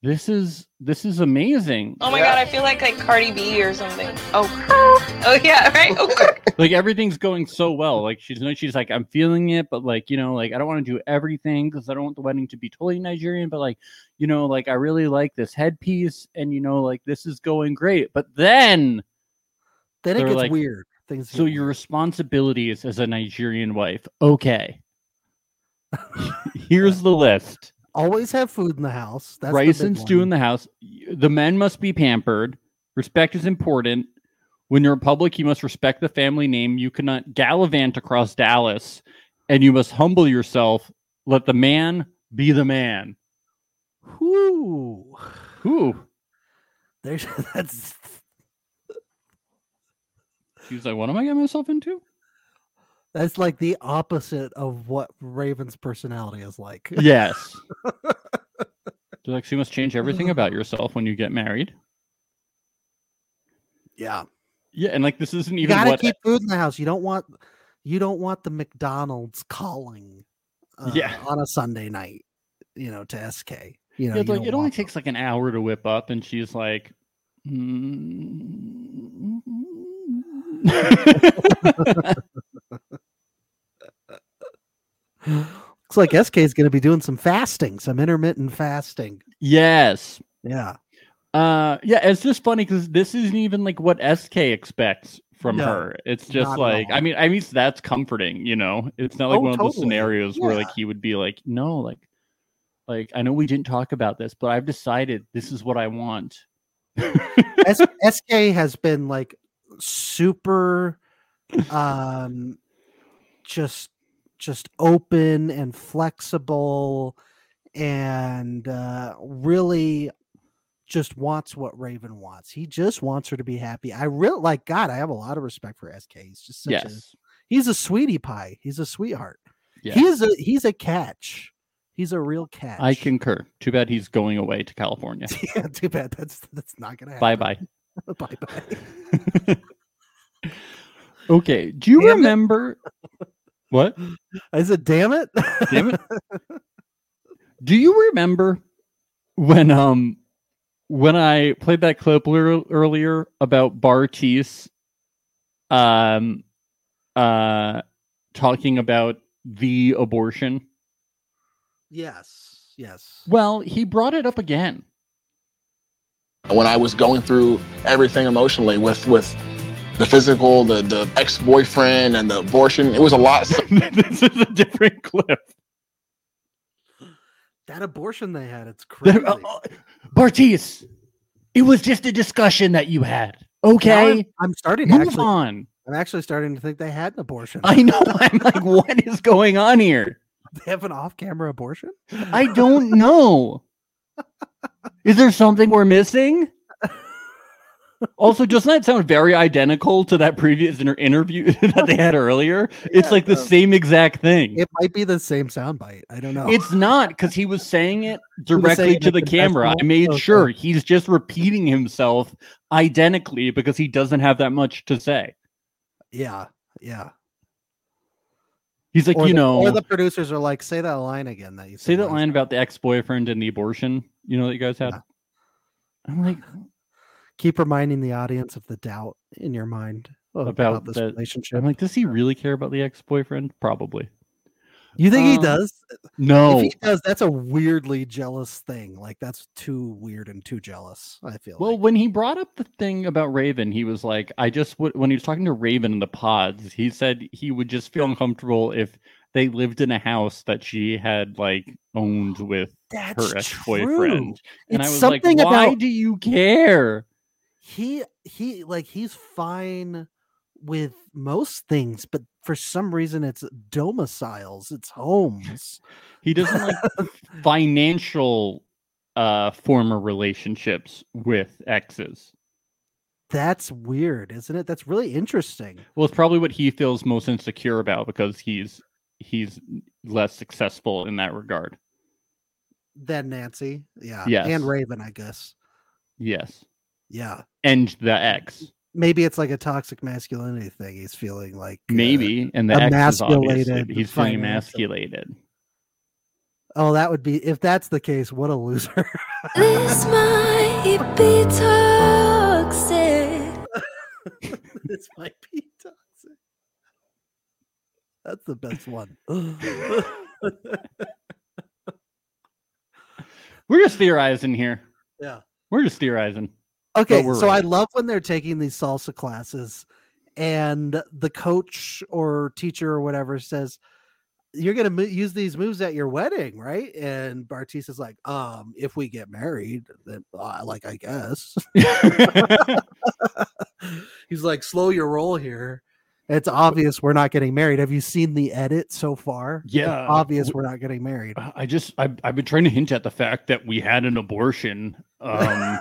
B: "This is this is amazing."
F: Oh my god, I feel like like Cardi B or something. Oh, oh yeah, right. Oh,
B: like everything's going so well. Like she's no, she's like, "I'm feeling it," but like you know, like I don't want to do everything because I don't want the wedding to be totally Nigerian. But like you know, like I really like this headpiece, and you know, like this is going great. But then
C: Then it
B: They're
C: gets
B: like,
C: weird. Things
B: So
C: get
B: your
C: weird.
B: responsibilities as a Nigerian wife. Okay. Here's the list.
C: always have food in the house. That's
B: Rice
C: the
B: and stew in the house. Y- The men must be pampered. Respect is important. When you're in public, you must respect the family name. You cannot gallivant across Dallas and you must humble yourself. Let the man be the man.
C: Whoo.
B: Who?
C: There's that's
B: She's like, what am I getting myself into?
C: that's like the opposite of what Raven's personality is like.
B: Yes. They're like, so you must change everything about yourself when you get married.
C: Yeah.
B: Yeah, and like this isn't
C: you
B: even
C: gotta
B: what
C: keep food in the house. You don't want you don't want the McDonald's calling uh,
B: Yeah.
C: on a Sunday night, you know, to SK. You know,
B: Yeah,
C: you
B: it's like
C: don't
B: it only
C: want
B: takes like an hour to whip up, and she's like, "Mm."
C: them. looks like SK is gonna be doing some fasting, some intermittent fasting.
B: yes,
C: Yeah.
B: uh, yeah. It's just funny because this isn't even like what SK expects from
C: No,
B: her. It's just
C: not at
B: like, I
C: all.
B: mean, I mean, that's comforting, you know. It's not like
C: Oh,
B: one of those
C: totally.
B: scenarios where
C: Yeah.
B: like he would be like, no, like, like I know we didn't talk about this, but I've decided this is what I want.
C: S- SK has been like super um just just open and flexible and uh really just wants what Raven wants. He just wants her to be happy. I really like God, I have a lot of respect for SK. He's just such a
B: yes,
C: he's a sweetie pie. He's a sweetheart.
B: yes.
C: He's a he's a catch. He's a real catch.
B: I concur. Too bad he's going away to California.
C: yeah, too bad. That's that's not gonna
B: bye
C: happen.
B: bye.
C: bye bye.
B: okay. Do you
C: Damn it.
B: remember what?
C: I said, damn it.
B: Damn it. Do you remember when um when I played that clip lear- earlier about Bartice um uh talking about the abortion?
C: Yes. Yes.
B: Well, he brought it up again.
E: when I was going through everything emotionally with with the physical, the the ex boyfriend, and the abortion. It was a lot. So
B: this is a different clip.
C: That abortion they had, it's crazy.
B: Bartiz, uh, it was just a discussion that you had.
C: Now
B: Okay,
C: I'm, I'm starting to
B: move
C: actually,
B: on.
C: I'm actually starting to think they had an abortion.
B: I know. I'm like, what is going on here?
C: they have an off-camera abortion.
B: I don't know. Is there something we're missing? Also, doesn't that sound very identical to that previous inter- interview that they had earlier? It's like the
C: Yeah.
B: same exact thing.
C: It might be the same soundbite. I don't know.
B: It's not because he was saying it
C: was
B: directly
C: saying
B: to
C: it
B: the
C: to the
B: camera. I
C: customer.
B: made
C: Okay.
B: sure he's just repeating himself identically because he doesn't have that much to say.
C: yeah, yeah.
B: He's like,
C: or,
B: you
C: the,
B: know,
C: or the producers are like, say that line again that you
B: say
C: said
B: that
C: last
B: line about the ex boyfriend and the abortion, you know, that you guys had.
C: Yeah.
B: I'm like,
C: keep reminding the audience of the doubt in your mind of-
B: About
C: about, this
B: the-
C: relationship.
B: I'm like, does he really care about the ex boyfriend? Probably.
C: you think he
B: um,
C: does?
B: No.
C: If he does, that's a weirdly jealous thing. Like that's too weird and too jealous. I feel.
B: Well,
C: like.
B: when he brought up the thing about Raven, he was like, I just would, when he was talking to Raven in the pods, he said he would just feel uncomfortable if they lived in a house that she had like owned with
C: that's
B: her ex
C: true.
B: boyfriend. And I
C: It's
B: was
C: something
B: like, why
C: about-
B: do you care?
C: He he like he's fine with most things, but for some reason it's domiciles, it's homes.
B: He doesn't like financial uh former relationships with exes.
C: that's weird, isn't it? That's really interesting.
B: Well, it's probably what he feels most insecure about because he's he's less successful in that regard.
C: Then Nancy, yeah,
B: Yes.
C: and Raven, I guess,
B: Yes.
C: yeah.
B: And the ex.
C: Maybe it's like a toxic masculinity thing. He's feeling like uh,
B: Maybe, and the ex is obviously
C: emasculated
B: he's feeling
C: financially.
B: emasculated.
C: oh, that would be if that's the case. What a loser.
D: This might be toxic.
C: this might be toxic. That's the best one.
B: We're just theorizing here.
C: Yeah.
B: we're just theorizing.
C: okay,
B: we're
C: so I
B: right.
C: love when they're taking these salsa classes and the coach or teacher or whatever says, You're going to mo- use these moves at your wedding, right? And Bartiz is like, um, If we get married, then uh, like, I guess. He's like, Slow your roll here. It's obvious we're not getting married. Have you seen the edit so far? It's
B: Yeah,
C: obvious
B: w-
C: we're not getting married.
B: I just I've, I've been trying to hint at the fact that we had an abortion, um,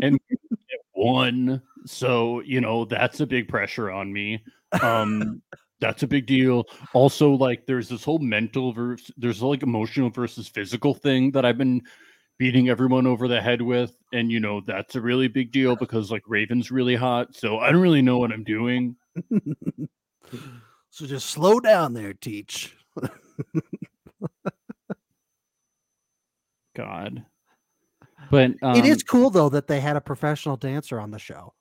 B: and it won. So you know that's a big pressure on me. Um, that's a big deal. Also, like there's this whole mental versus there's like emotional versus physical thing that I've been beating everyone over the head with, and you know that's a really big deal because like Raven's really hot. So I don't really know what I'm doing.
C: So just slow down there, teach.
B: God. But um,
C: it is cool though that they had a professional dancer on the show.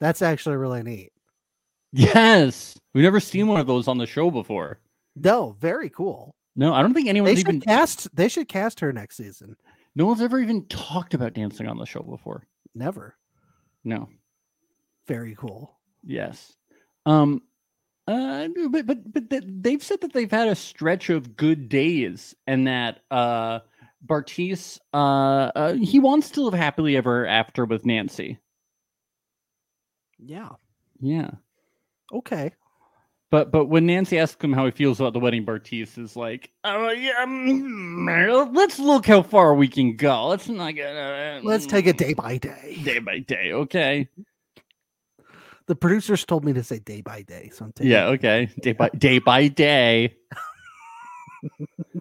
C: That's actually really neat.
B: Yes, we've never seen one of those on the show before.
C: No, very cool.
B: No, I don't think
C: They
B: anyone's
C: should
B: even
C: cast. They should cast her next season.
B: no one's ever even talked about dancing on the show before.
C: Never.
B: No.
C: Very cool.
B: Yes. Um uh no, but but but th- they've said that they've had a stretch of good days and that uh Bartiz uh, uh he wants to live happily ever after with Nancy.
C: Yeah.
B: Yeah.
C: Okay.
B: But but when Nancy asks him how he feels about the wedding, Bartiz is like, oh, yeah, mm, let's look how far we can go. Let's not get. Uh,
C: Let's take it
B: mm,
C: day by day.
B: day by day. Okay.
C: The producers told me to say day by day. So I'm taking
B: Yeah. Okay. Day by day by day.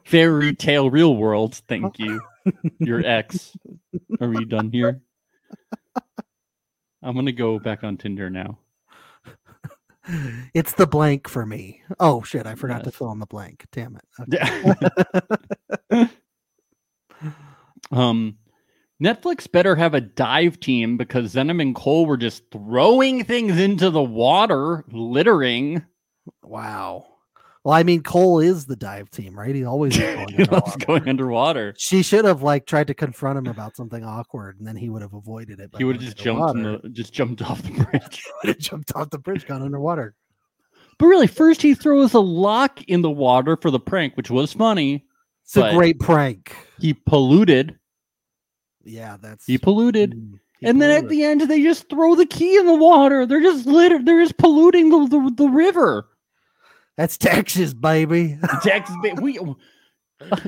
B: Fairy tale, real world. Thank you. Your ex. Are we done here? I'm gonna go back on Tinder now.
C: It's the blank for me. Oh shit! I forgot to
B: Yes.
C: fill in the blank. Damn it. Okay.
B: Yeah. um, Netflix better have a dive team because Zenim and Cole were just throwing things into the water, littering.
C: Wow. Well, I mean, Cole is the dive team, right? He always is going
B: he loves
C: underwater.
B: going underwater.
C: She should have like tried to confront him about something awkward, and then he would have avoided it. by
B: He would have
C: going
B: just jumped in
C: underwater.
B: the, just jumped off the bridge.
C: He would've jumped off the bridge, gone underwater.
B: But really, first he throws a lock in the water for the prank, which was funny.
C: It's a
B: But-
C: great prank.
B: He polluted.
C: Yeah, that's
B: He polluted.
C: Mm, he
B: And then at
C: polluted.
B: the end, they just throw the key in the water. They're just litter. They're just polluting the, the, the river.
C: that's Texas, baby.
B: Texas, ba- we. uh,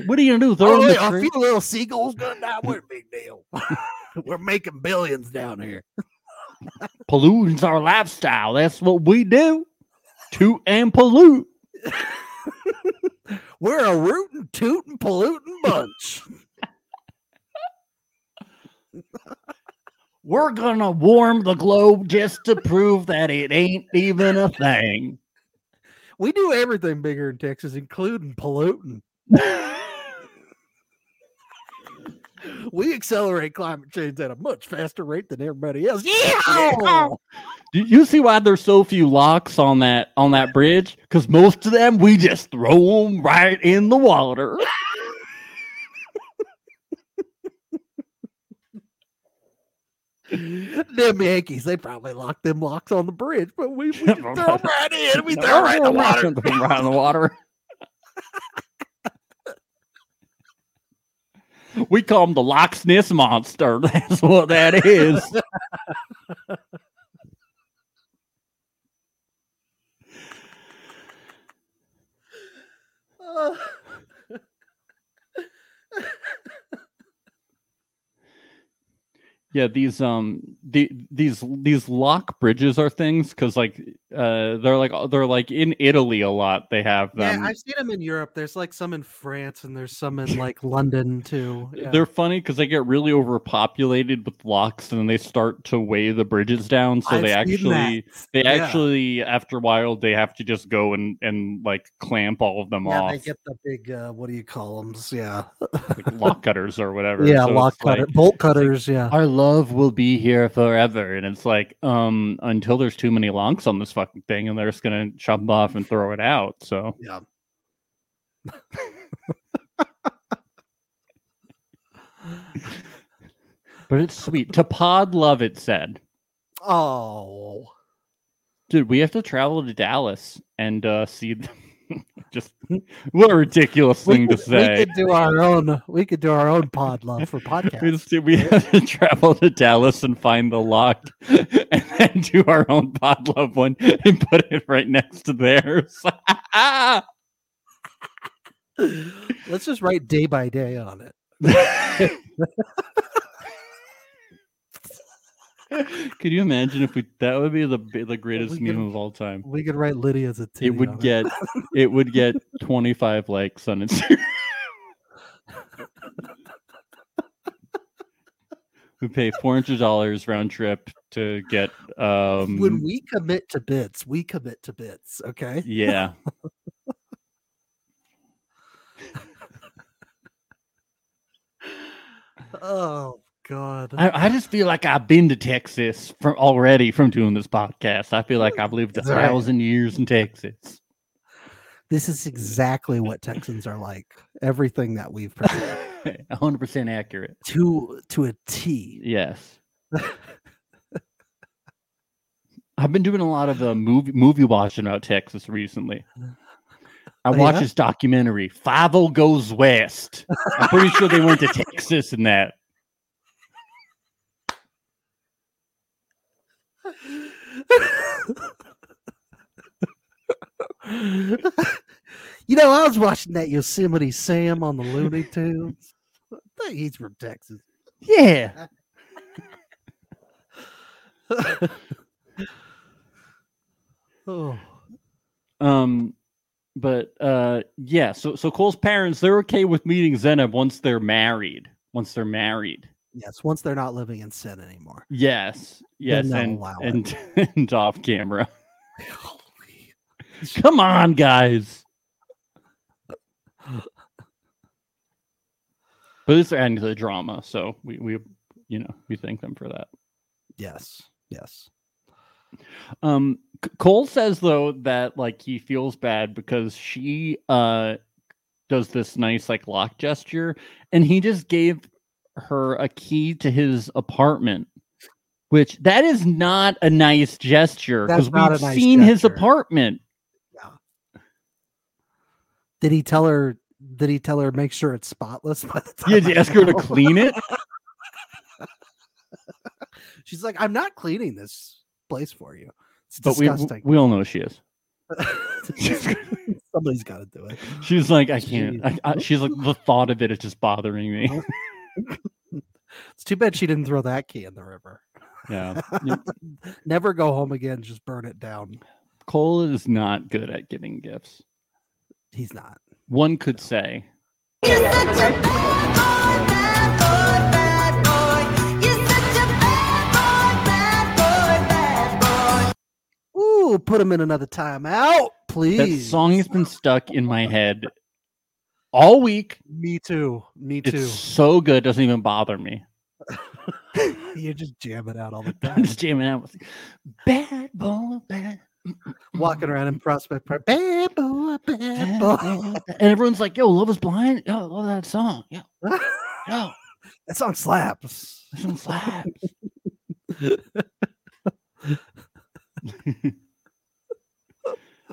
B: What are you gonna do? Throw it in
C: Only
B: the
C: a
B: tree?
C: few little seagulls gonna die. What a big deal. We're making billions down here.
B: Pollutes our lifestyle. That's what we do. To and pollute.
C: We're a rootin', tootin', pollutin' bunch.
B: We're gonna warm the globe just to prove that it ain't even a thing.
C: we do everything bigger in Texas, including polluting. We accelerate climate change at a much faster rate than everybody else. Yeah,
B: Do you see why there's so few locks on that on that bridge? Because most of them we just throw them right in the water.
C: them Yankees, they probably locked them locks on the bridge, but we, we just throw 'em right in. We
B: No,
C: throw 'em right in the
B: we're not
C: water.
B: gonna throw 'em right in the water. we call them the Loch Ness monster. That's what that is. Yeah, these um the these these lock bridges are things because like uh they're like they're like in Italy a lot they have them.
C: Yeah, I've seen them in Europe. There's like some in France, and there's some in like London too. Yeah.
B: They're funny because they get really overpopulated with locks, and then they start to weigh the bridges down. So
C: I've
B: they
C: seen that.
B: actually, they
C: Yeah.
B: actually, after a while, they have to just go and and like clamp all of them
C: yeah,
B: off,
C: they get the big uh, what do you call them? Yeah,
B: like lock cutters or whatever.
C: yeah,
B: So
C: lock
B: it's like,
C: cutter, bolt cutters. yeah,
B: Our love will be here forever, and it's like um until there's too many locks on this fucking thing, and they're just gonna chop 'em off and throw it out. So
C: yeah.
B: But it's sweet. to Pod Love it said,
C: Oh,
B: "Dude, we have to travel to Dallas and uh, see." th- just what a ridiculous
C: we
B: thing to
C: could, we
B: say.
C: could do our own. We could do our own pod love for
B: We,
C: podcast.
B: just, we have to travel to Dallas and find the lock, and then do our own Pod Love one and put it right next to theirs.
C: Let's just write day by day on it.
B: Could you imagine if we? That would be the bi- the greatest
C: could-
B: meme of all time.
C: We could write Lydia's a titty.
B: It would
C: on
B: get it would get twenty five likes on Instagram. we pay four hundred dollars round trip to get um.
C: when we commit to bits, we commit to bits. Okay.
B: yeah.
C: Oh God.
B: I, I just feel like I've been to Texas from already from doing this podcast. I feel like I've lived a
C: That's right.
B: thousand years in Texas.
C: this is exactly what Texans are like. Everything that we've presented
B: hundred percent accurate.
C: to to a T.
B: Yes. I've been doing a lot of uh, movie movie watching about Texas recently. I
C: Oh,
B: watched
C: yeah?
B: this documentary, Five O Goes West. I'm pretty sure they went to Texas in that.
C: you know, I was watching that Yosemite Sam on the Looney Tunes. I think he's from Texas.
B: Yeah.
C: Oh,
B: Um but uh yeah, so so Cole's parents, they're okay with meeting Zeneb once they're married. Once they're married.
C: yes. Once they're not living in sin anymore.
B: Yes. Yes,
C: they'll
B: and,
C: allow it.
B: and and off camera.
C: Holy-
B: Come on, guys. But it's the end of the drama, so we, we you know we thank them for that.
C: Yes. Yes.
B: Um, C- Cole says though that like he feels bad because she uh does this nice like lock gesture, and he just gave her a key to his apartment, which that is not a nice gesture
C: That's
B: because
C: not
B: we've
C: a nice
B: seen his
C: gesture.
B: apartment.
C: Did he tell her? Did he tell her make sure it's spotless by the time?
B: You had to
C: I
B: ask her to
C: go?"
B: clean it.
C: She's like, I'm not cleaning this place for you. It's
B: But we,
C: disgusting.
B: we all know she is.
C: Somebody's got to do it.
B: She's like, I can't. I,
C: Jeez.
B: I, she's like, the thought of it is just bothering me.
C: It's too bad she didn't throw that key in the river.
B: Yeah. Yep.
C: Never go home again. Just burn it down.
B: Cole is not good at giving gifts.
C: He's not.
B: One could say.
C: Ooh, put him in another timeout,
B: That
C: please.
B: song has been stuck in my head all week.
C: Me too. Me
B: It's
C: too.
B: so good, it doesn't even bother me.
C: you just jam it out all the
B: I'm
C: time.
B: just jamming out with bad boy, bad,
C: Walking around in Prospect Park. Bad boy, bad
B: bad
C: boy.
B: boy. And everyone's like, yo, Love is Blind. Yo, I love that song. Yo,
C: that
B: yo,
C: song slaps.
B: this one slaps.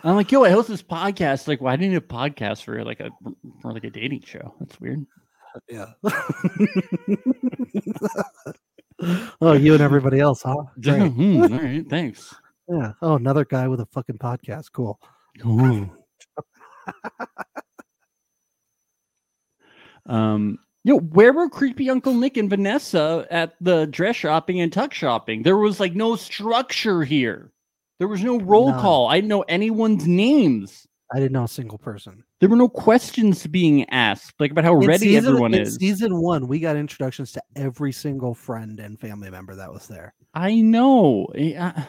B: I'm like, yo, I host this podcast. Like, why do you need a podcast for like a for like a dating show? That's weird.
C: Yeah. oh, you and everybody else, huh? Great.
B: Hmm, all right, thanks.
C: Yeah. Oh, another guy with a fucking podcast. Cool.
B: Hmm. um, yo, where were creepy Uncle Nick and Vanessa at the dress shopping and tuck shopping? There was like no structure here. There was no roll
C: None.
B: call. I didn't know anyone's names.
C: I didn't know a single person.
B: There were no questions being asked, like about how
C: In
B: ready
C: season-
B: everyone
C: in
B: is.
C: Season one, we got introductions to every single friend and family member that was there.
B: I know. I- I-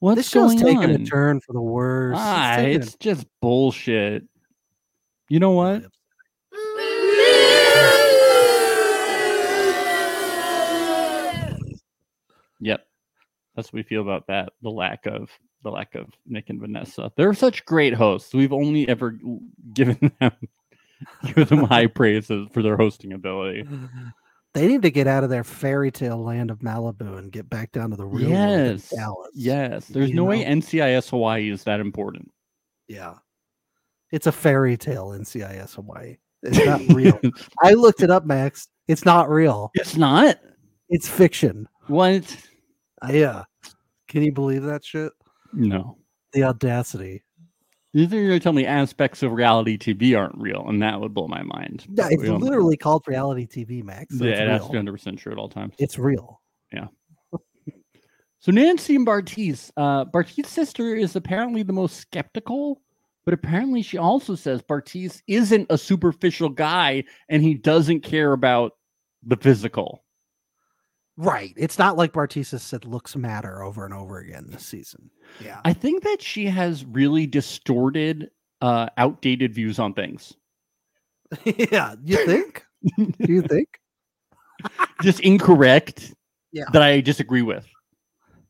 B: What's
C: this show's
B: going
C: taking
B: on?
C: a turn for the worse.
B: Ah,
C: taking a
B: it's just bullshit. You know what?
C: dip.
B: Yep. That's what we feel about that. The lack of the lack of Nick and Vanessa. They're such great hosts. We've only ever l- given them give them high praises for their hosting ability.
C: They need to get out of their fairy tale land of Malibu and get back down to the real world in
B: Yes.
C: Dallas.
B: Yes. There's
C: You
B: no
C: know?
B: way NCIS Hawaii is that important.
C: Yeah. It's a fairy tale in CIS Hawaii. It's not real. I looked it up, Max. It's not real.
B: it's not.
C: It's fiction.
B: What?
C: Uh, yeah. Can you believe that shit?
B: No.
C: The audacity.
B: You think you're gonna tell me aspects of reality TV aren't real, and that would blow my mind.
C: Yeah,
B: but
C: it's
B: we all know.
C: literally called reality TV, Max. so
B: yeah,
C: it's
B: that's
C: real.
B: 100 percent true at all times.
C: It's real.
B: So Nancy and Bartiz, uh, Bartiz's sister is apparently the most skeptical, but apparently she also says Bartiz isn't a superficial guy and he doesn't care about the physical.
C: Right. It's not like Bartisa said looks matter over and over again this season. Yeah.
B: I think that she has really distorted, uh, outdated views on things.
C: yeah. You think? Do you think?
B: Just incorrect
C: Yeah.
B: that I disagree with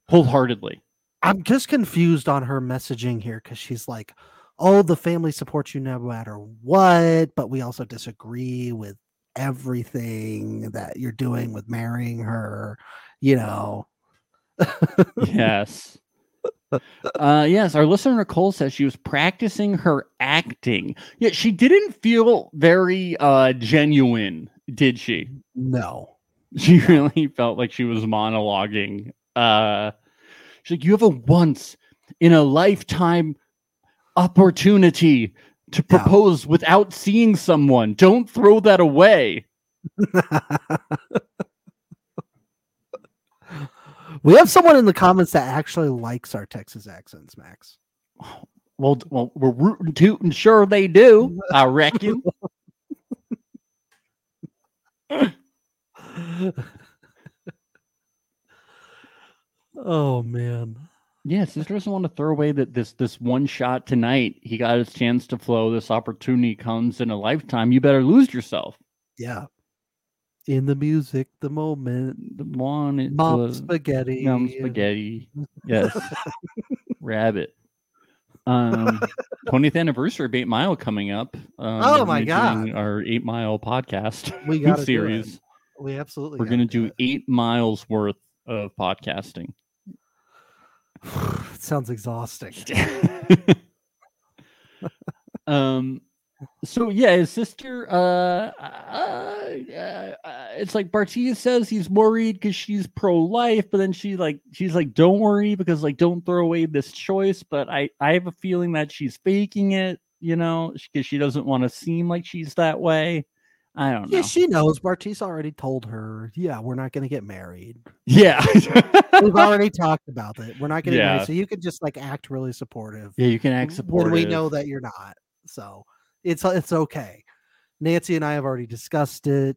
B: wholeheartedly.
C: I'm just confused on her messaging here because she's like, "Oh, the family supports you no matter what, but we also disagree with everything that you're doing with marrying her." You know,
B: yes. Uh, yes, our listener Nicole says she was practicing her acting. Yet she didn't feel very uh genuine, did she?
C: no.
B: She really felt like she was monologuing. Uh she's like, You have a once in a lifetime opportunity to
C: Yeah.
B: propose without seeing someone. Don't throw that away.
C: we have someone in the comments that actually likes our Texas accents, Max.
B: Well, d- well, we're rooting, tooting. Sure, they do. I reckon.
C: oh man.
B: Yeah, Sister doesn't want to throw away that this this one shot tonight. He got his chance to flow. This opportunity comes in a lifetime. You better lose yourself.
C: Yeah. in the music, the moment,
B: The one it
C: mom
B: was-
C: spaghetti,
B: Yum spaghetti. Yes. Rabbit. Um 20th anniversary of 8 Mile coming up. Um,
C: Oh
B: we're
C: my
B: gonna be doing Our 8 Mile podcast
C: We got
B: series.
C: We absolutely.
B: We're
C: gotta
B: going to do
C: it.
B: 8 miles worth of podcasting.
C: it sounds exhausting.
B: um so yeah his sister uh, uh, uh uh, it's like Bartia says he's worried because she's pro-life but then she like she's like don't worry because like don't throw away this choice but i i have a feeling that she's faking it you know because she doesn't want to seem like she's that way i don't know
C: Yeah, she knows. Bartiz already told her. Yeah, we're not going to get married.
B: yeah
C: We've already talked about it. We're not getting
B: Yeah.
C: married, so you can just like act really supportive.
B: yeah you can act
C: when
B: supportive
C: we know that you're not. So it's it's okay. Nancy and I have already discussed it.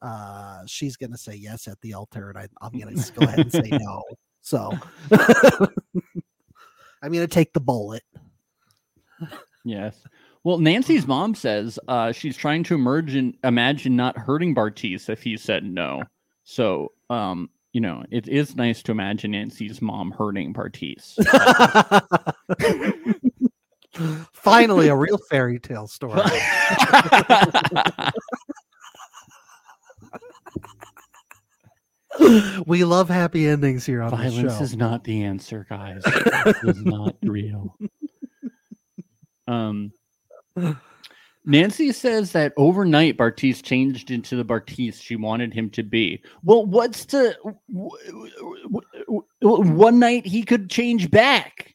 C: Uh, she's gonna say yes at the altar, and I, I'm gonna just go ahead and say no. So I'm gonna take the bullet.
B: Yes. Well, Nancy's mom says uh, she's trying to emerge and imagine not hurting Bartiz if he said no. So, um, you know, it is nice to imagine Nancy's mom hurting Bartiz.
C: Finally, a real fairy tale story. we love happy endings here on the
B: Violence
C: show.
B: is not the answer, guys. It's not real. Um, Nancy says that overnight Bartiz changed into the Bartiz she wanted him to be. Well, what's to w- w- w- w- one night he could change back?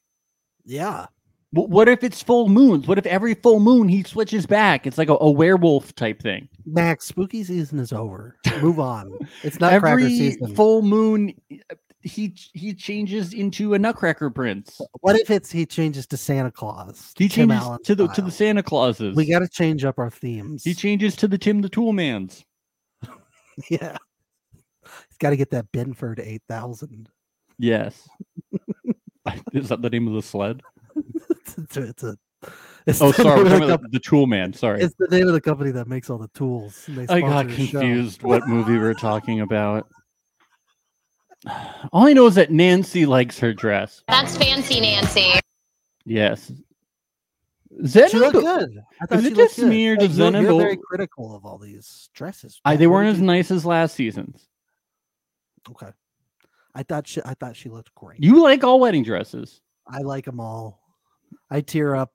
C: yeah,
B: W- What if it's full moons? What if every full moon he switches back? It's like a, a werewolf type thing.
C: Max, spooky season is over. Move on. It's not cracker
B: every
C: season.
B: full moon he he changes into a Nutcracker prince.
C: What if it's he changes to Santa Claus?
B: He
C: Tim
B: changes
C: Allen
B: to the to
C: style?
B: the Santa Clauses.
C: We got to change up our themes.
B: he changes to the Tim the Toolman's.
C: yeah, he's got to get that Benford eight thousand.
B: Yes. Is that the name of the sled?
C: it's, a- it's a. It's
B: Oh,
C: the
B: sorry, we're
C: name of
B: talking
C: the
B: about
C: comp-
B: the, the Toolman. Sorry,
C: it's the name of the company that makes all the tools. and they
B: I got
C: sponsor the show.
B: confused what movie we are talking about. All I know is that Nancy likes her dress.
G: That's fancy, Nancy.
B: Yes. Zena,
C: She looked
B: go-
C: good. I thought
B: Is
C: she
B: it
C: looked
B: just
C: good.
B: me or
C: Hey,
B: does
C: you're,
B: Zena
C: you're
B: go-
C: very critical of all these dresses.
B: I,
C: Pat.
B: they
C: What
B: weren't
C: did
B: as
C: you-
B: nice as last season's.
C: Okay, I thought she. I thought she looked great.
B: You like all wedding dresses.
C: I like them all. I tear up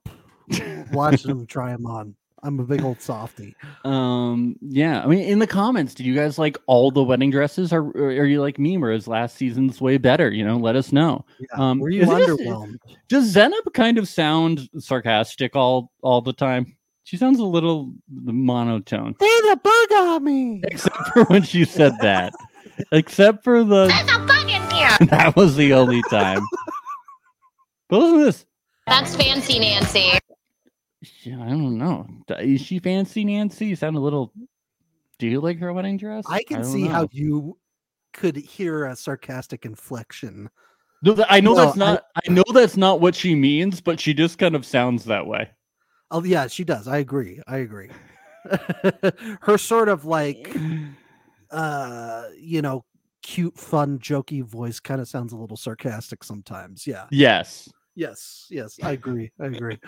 C: watching them try them on. I'm a big old softy.
B: Um, yeah. I mean, in the comments, do you guys like all the wedding dresses? Or, or are you like me? Where is last season's way better? You know, let us know.
C: Yeah.
B: Um,
C: Were you
B: is it just-
C: underwhelmed?
B: Does Zenab kind of sound sarcastic all all the time? She sounds a little monotone,
C: They the bug on me.
B: except for when she said that. except for the
G: There's a bug in here.
B: that was the only time. But listen to this.
G: That's fancy, Nancy.
B: Yeah, I don't know. Is she fancy, Nancy? You sound a little. Do you like her wedding dress?
C: I can
B: don't
C: see how
B: know.
C: you could hear a sarcastic inflection.
B: No, th- I know
C: No,
B: that's
C: I-
B: not. I know that's not what she means, but she just kind of sounds that way.
C: Oh yeah, she does. I agree. I agree. Her sort of like uh you know cute fun jokey voice kind of sounds a little sarcastic sometimes. Yeah.
B: Yes.
C: Yes. Yes. I agree. I agree.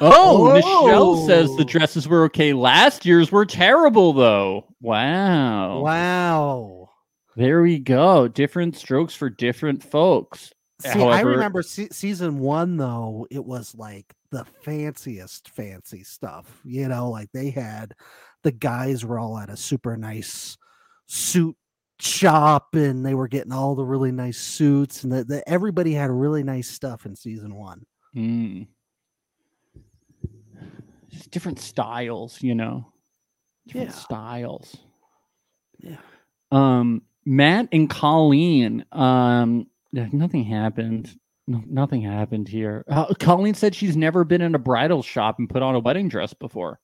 B: Oh, Michelle says the
C: Oh.
B: dresses were okay. Last year's were terrible, though. Wow.
C: Wow.
B: There we go. Different strokes for different folks.
C: See, I
B: However-
C: remember se- season one though; it was like the fanciest fancy stuff. You know, like they had the guys were all at a super nice suit shop, and they were getting all the really nice suits, and the, the, everybody had really nice stuff in season one.
B: Mm. Just different styles, you know. Different
C: Yeah.
B: styles.
C: Yeah.
B: Um, Matt and Colleen. Um, yeah, nothing happened. No, nothing happened here. Uh, Colleen said she's never been in a bridal shop and put on a wedding dress before.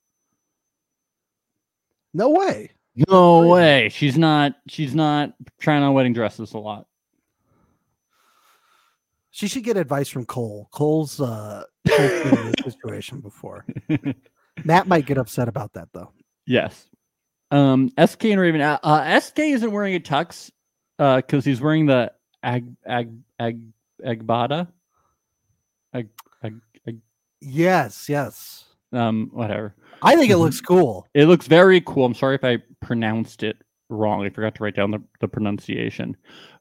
C: No way.
B: No way. She's not. She's not trying on wedding dresses a lot.
C: She should get advice from Cole. Cole's uh Cole's been in this situation before. Matt might get upset about that though.
B: Yes. Um, SK and Raven. Uh, uh, SK isn't wearing a tux because he's wearing the ag ag ag agbada. Ag, ag, ag,
C: Yes, yes.
B: um, whatever.
C: I think it
B: Mhm.
C: looks cool.
B: It looks very cool. I'm sorry if I pronounced it wrong. I forgot to write down the, the pronunciation.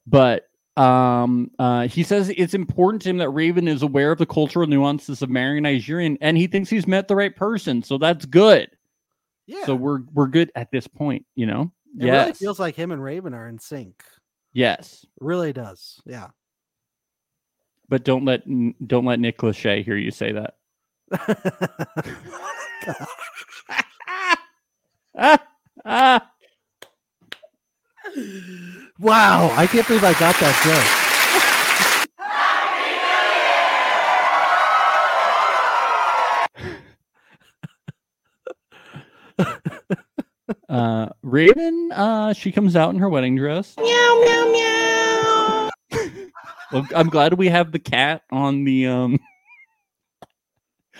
B: But um, uh, he says it's important to him that Raven is aware of the cultural nuances of marrying Nigerian, and he thinks he's met the right person. So that's good.
C: Yeah.
B: So we're we're good at this point, you know.
C: it really
B: yes.
C: feels like him and Raven are in sync.
B: yes.
C: It really does. Yeah.
B: But don't let don't let Nick Lachey hear you say that. Ah, ah.
C: wow. I can't believe I got that joke.
B: Uh, Raven, uh, she comes out in her wedding dress.
F: Meow, meow, meow.
B: Well, I'm glad we have the cat on the um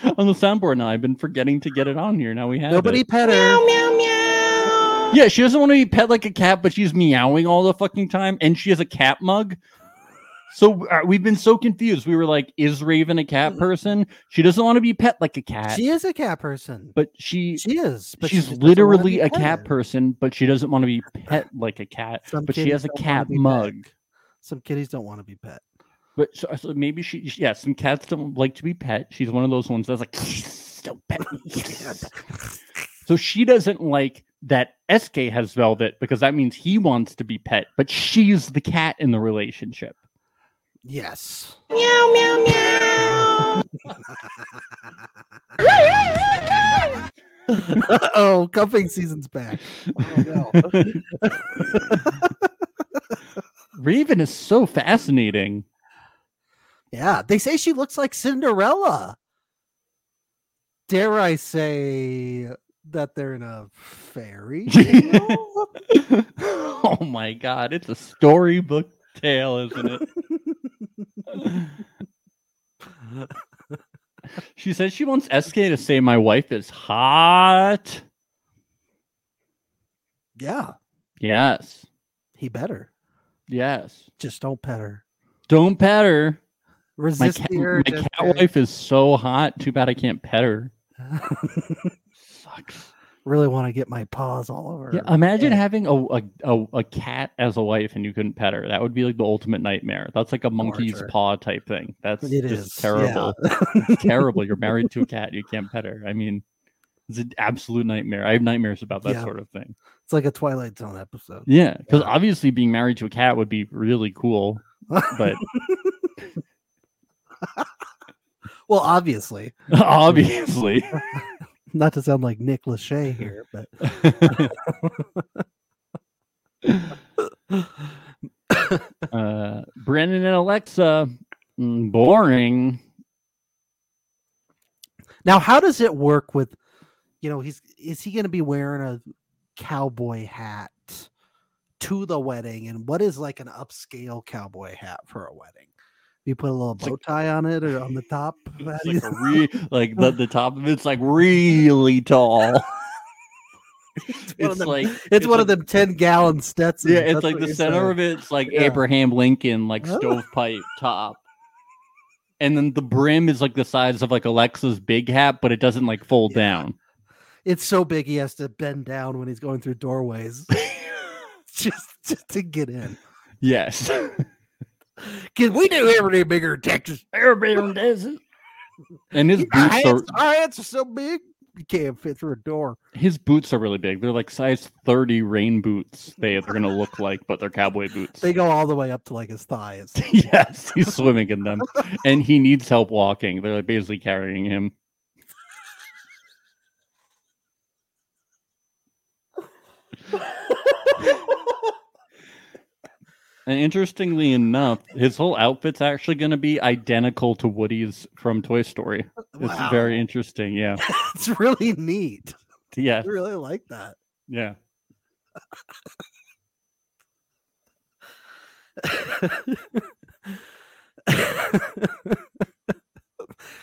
B: on the soundboard now. I've been forgetting to get it on here. Now we have
C: Nobody
B: it.
C: pet her.
F: Meow, meow, meow.
B: Yeah, she doesn't want to be pet like a cat, but she's meowing all the fucking time, and she has a cat mug. So uh, we've been so confused. We were like, "Is Raven a cat person?" She doesn't want to be pet like a cat,
C: She is a cat person.
B: but she,
C: She is. But she
B: she's
C: just doesn't wanna
B: literally
C: be
B: a cat
C: petted.
B: person, but she doesn't want to be pet like a cat.
C: Some
B: but she
C: kitties
B: has a
C: don't wanna
B: cat
C: be pet.
B: mug.
C: Some kitties don't want to be pet.
B: But so, so maybe she, she- yeah, some cats don't like to be pet. She's one of those ones that's like, don't pet me. so she doesn't like that SK has velvet because that means he wants to be pet, but she's the cat in the relationship.
C: Yes.
F: Meow, meow, meow.
C: oh, cuffing season's back. Oh, no.
B: Raven is so fascinating.
C: yeah, they say she looks like Cinderella. Dare I say that they're in a fairy?
B: oh my god, it's a storybook tale, isn't it? she says she wants SK to say my wife is hot.
C: yeah,
B: Yes.
C: he better.
B: Yes.
C: Just don't pet her.
B: Don't pet her. My
C: Resist
B: cat,
C: the
B: my
C: urge.
B: cat
C: SK.
B: wife is so hot. Too bad I can't pet her. Sucks.
C: really want to get my paws all over.
B: Yeah, um,
C: her.
B: imagine
C: Yeah.
B: having a, a, a, a cat as a wife and you couldn't pet her. That would be like the ultimate nightmare. That's like a monkey's
C: Torture.
B: paw type thing. That's
C: It
B: just
C: is, yeah.
B: terrible. It's terrible. You're married to a cat. You can't pet her. I mean, it's an absolute nightmare. I have nightmares about that
C: Yeah.
B: sort of thing.
C: It's like a Twilight Zone episode.
B: Yeah, because
C: Yeah.
B: obviously being married to a cat would be really cool. But
C: well, obviously,
B: obviously,
C: not to sound like Nick Lachey here, but
B: uh, Brennan and Alexa, mm, boring.
C: Now, how does it work with, you know, he's is he going to be wearing a cowboy hat to the wedding, and what is like an upscale cowboy hat for a wedding? You put a little
B: It's
C: bow
B: like-
C: tie on it or on the top. How
B: It's
C: do
B: like,
C: you-
B: a re- like the, the top of it's like really tall. it's
C: one of them-
B: like
C: it's, one of
B: like-
C: them ten gallon Stetsons.
B: Yeah, it's
C: that's
B: like
C: what
B: the
C: you're
B: center
C: saying.
B: of it's like
C: Yeah.
B: Abraham Lincoln, like
C: Oh.
B: stovepipe top. And then the brim is like the size of like Alexa's big hat, but it doesn't like fold
C: Yeah.
B: down.
C: It's so big he has to bend down when he's going through doorways just just to get in.
B: Yes.
C: Can we do everything bigger in Texas?
B: Abraham doesn't. And his
C: Our
B: boots are
C: hands, our hands are so big you can't fit through a door.
B: his boots are really big. They're like size 30 rain boots. They are gonna look like, but they're cowboy boots.
C: They go all the way up to like his thighs.
B: yes, he's swimming in them. And he needs help walking. They're like basically carrying him. And interestingly enough, his whole outfit's actually going to be identical to Woody's from Toy Story. It's
C: Wow.
B: very interesting. Yeah.
C: it's really neat.
B: Yeah.
C: I really like that.
B: Yeah.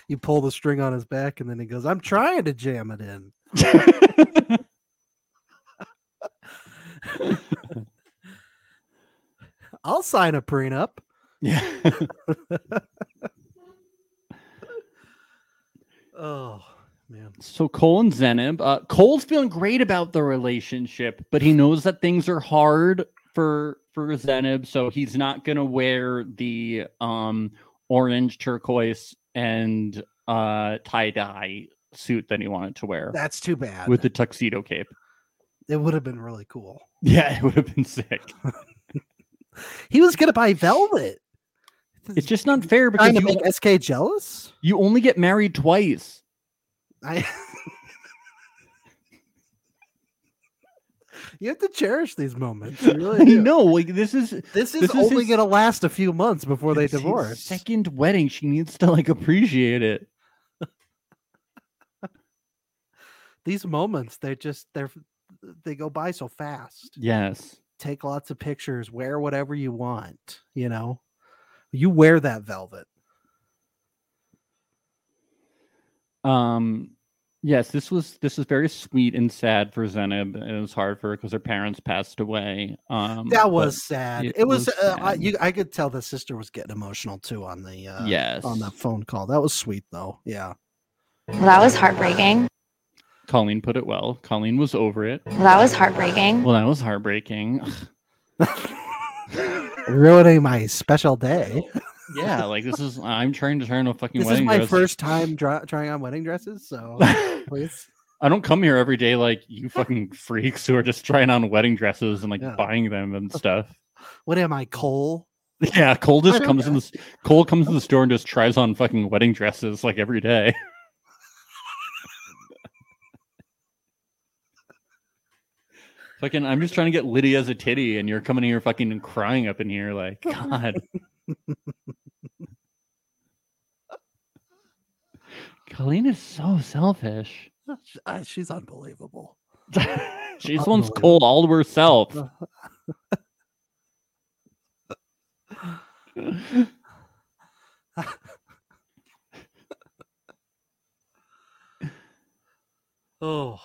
C: you pull the string on his back and then he goes, I'm trying to jam it in. I'll sign a prenup.
B: Yeah.
C: Oh man.
B: So Cole and Zenib, uh, Cole's feeling great about the relationship, but he knows that things are hard for for Zenib, so he's not gonna wear the um orange turquoise and uh tie dye suit that he wanted to wear
C: That's too bad.
B: with the tuxedo cape.
C: it would have been really cool.
B: Yeah, it would have been sick.
C: He was gonna buy velvet.
B: It's just not fair because
C: trying to
B: you,
C: make SK jealous.
B: you only get married twice.
C: I You have to cherish these moments. You really do.
B: no, like this is
C: This is
B: This is
C: only
B: his-
C: gonna last a few months before they
B: it's his
C: divorce.
B: Second wedding, she needs to like appreciate it.
C: These moments, they're just they're they go by so fast.
B: Yes.
C: Take lots of pictures, wear whatever you want, you know. You wear that velvet.
B: Um yes, this was this was very sweet and sad for Zenib. and It was hard for her because her parents passed away. Um
C: That
B: but
C: was sad.
B: it
C: It was,
B: was
C: uh, I,
B: sad.
C: you, I could tell the sister was getting emotional too on the uh,
B: yes.
C: on the phone call. That was sweet though. Yeah.
H: Well, that was heartbreaking.
B: Colleen put it well. Colleen was over it.
H: Well, that was heartbreaking.
B: Well, that was heartbreaking.
C: Ruining my special day.
B: yeah, like this is I'm trying to turn a fucking
C: This is
B: wedding
C: my
B: dress.
C: first time dra- trying on wedding dresses, so please.
B: I don't come here every day like you fucking freaks who are just trying on wedding dresses and like
C: Yeah.
B: buying them and stuff.
C: What am I, Cole?
B: Yeah, Cole just
C: don't
B: comes in
C: know.
B: the s- Cole comes in the store and just tries on fucking wedding dresses like every day. fucking, I'm just trying to get Lydia as a titty, and you're coming here fucking and crying up in here like God. Colleen is so selfish.
C: Sh- uh, She's unbelievable.
B: she just wants Cole all to herself.
C: Oh,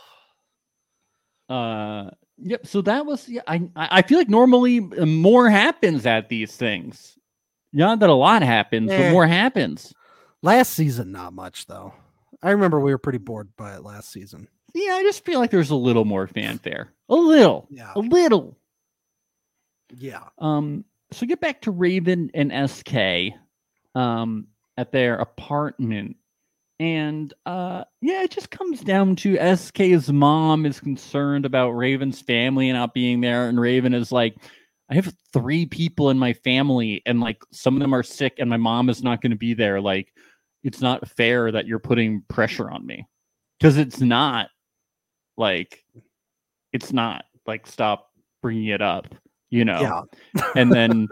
B: Uh, yep. So that was. Yeah, I I I feel like normally uh, more happens at these things. Not that a lot happens,
C: Yeah.
B: but more happens.
C: last season, not much though. I remember we were pretty bored by it last season.
B: Yeah, I just feel like there's a little more fanfare, a little,
C: Yeah,
B: a little.
C: Oh, yeah.
B: Um, so get back to Raven and SK, um, at their apartment, and uh, yeah, it just comes down to SK's mom is concerned about Raven's family not being there, and Raven is like, I have three people in my family, and like some of them are sick, and my mom is not going to be there. Like, it's not fair that you're putting pressure on me because it's not like it's not like stop bringing it up, you know
C: Yeah,
B: and then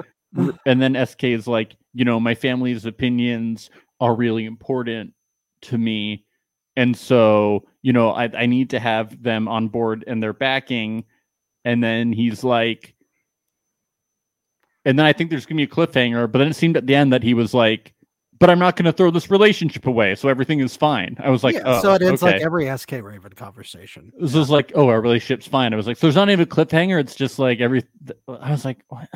B: and then SK is like, you know, my family's opinions are really important to me, and so you know, I I need to have them on board and their backing, and then he's like, and then I think there's gonna be a cliffhanger, but then it seemed at the end that he was like. But I'm not going to throw this relationship away, so everything is fine. I was like,
C: yeah.
B: oh,
C: so it ends
B: okay.
C: like every SK Raven conversation.
B: This was like, oh, our relationship's fine. I was like, so there's not even a cliffhanger. It's just like every. th- I was like, what?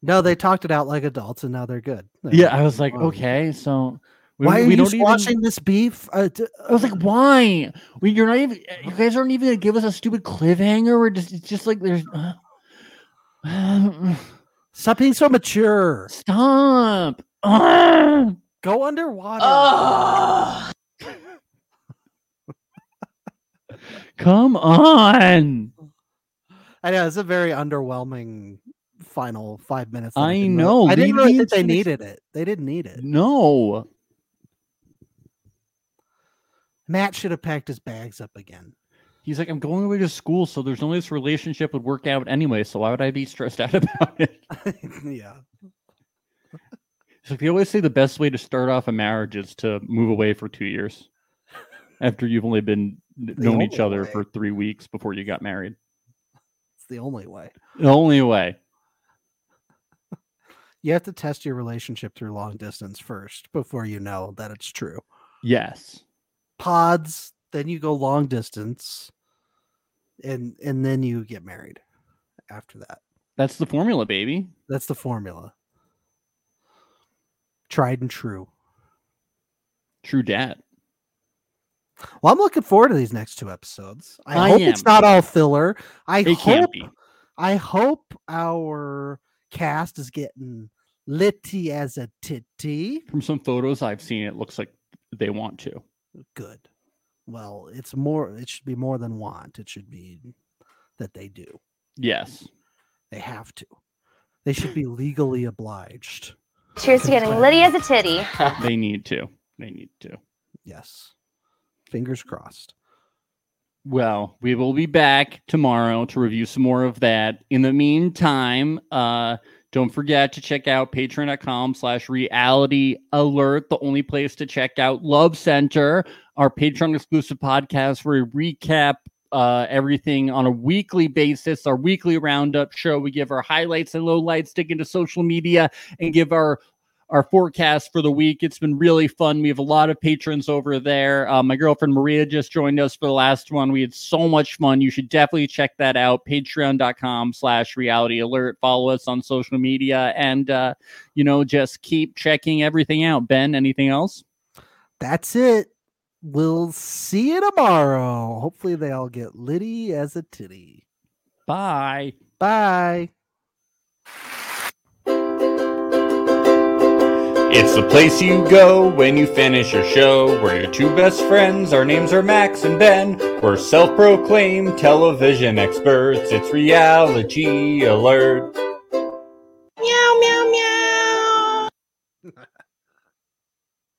C: No, they talked it out like adults, and now they're good. They're
B: Yeah, I was like,
C: "Oh,
B: okay, so we,
C: Why are
B: we
C: you
B: don't even-
C: squashing this beef? Uh, d-
B: I was like, why? We, you're not even. eh, You guys aren't even gonna give us a stupid cliffhanger. We're just. It's just like there's. uh,
C: stop being so mature.
B: stop. Ah.
C: Go underwater.
F: Oh.
B: Come on.
C: I know it's a very underwhelming final five minutes. of the
B: I
C: movie.
B: know,
C: I
B: lead
C: didn't really
B: me
C: think they
B: into the-
C: needed it. They didn't need it.
B: No.
C: Matt should have packed his bags up again.
B: He's like, I'm going away to school, so there's no way this relationship would work out anyway. So why would I be stressed out about it?
C: yeah.
B: It's like they always say the best way to start off a marriage is to move away for two years after you've only been kn-
C: The
B: known each
C: only
B: other
C: way.
B: for three weeks before you got married.
C: It's the only way.
B: The only way.
C: You have to test your relationship through long distance first before you know that it's true.
B: Yes.
C: Pods, then you go long distance and and then you get married after that.
B: That's the formula, baby.
C: That's the formula. Tried and true.
B: True dat.
C: Well, I'm looking forward to these next two episodes. I,
B: I
C: hope it's
B: am.
C: not all filler. I
B: It
C: hope
B: can't be.
C: I hope our cast is getting litty as a titty.
B: From some photos I've seen, it looks like they want to.
C: Good. Well, it's more it should be more than want. It should be that they do.
B: Yes.
C: They have to. They should be legally obliged.
H: Cheers to getting Liddy as a titty.
B: They need to. They need to.
C: Yes. Fingers crossed.
B: Well, we will be back tomorrow to review some more of that. In the meantime, uh, don't forget to check out patreon.com slash reality alert, the only place to check out Love Center, our Patreon exclusive podcast where we recap uh, everything on a weekly basis, our weekly roundup show. We give our highlights and lowlights, dig into social media, and give our our forecast for the week. It's been really fun. We have a lot of patrons over there. Uh, my girlfriend Maria just joined us for the last one. We had so much fun. You should definitely check that out. Patreon.com slash reality alert. Follow us on social media and, uh, you know, just keep checking everything out. Ben, anything else?
C: That's it. We'll see you tomorrow. Hopefully they all get litty as a titty.
B: Bye.
C: Bye.
A: It's the place you go when you finish your show. We're your two best friends. Our names are Max and Ben. We're self proclaimed television experts. It's reality alert.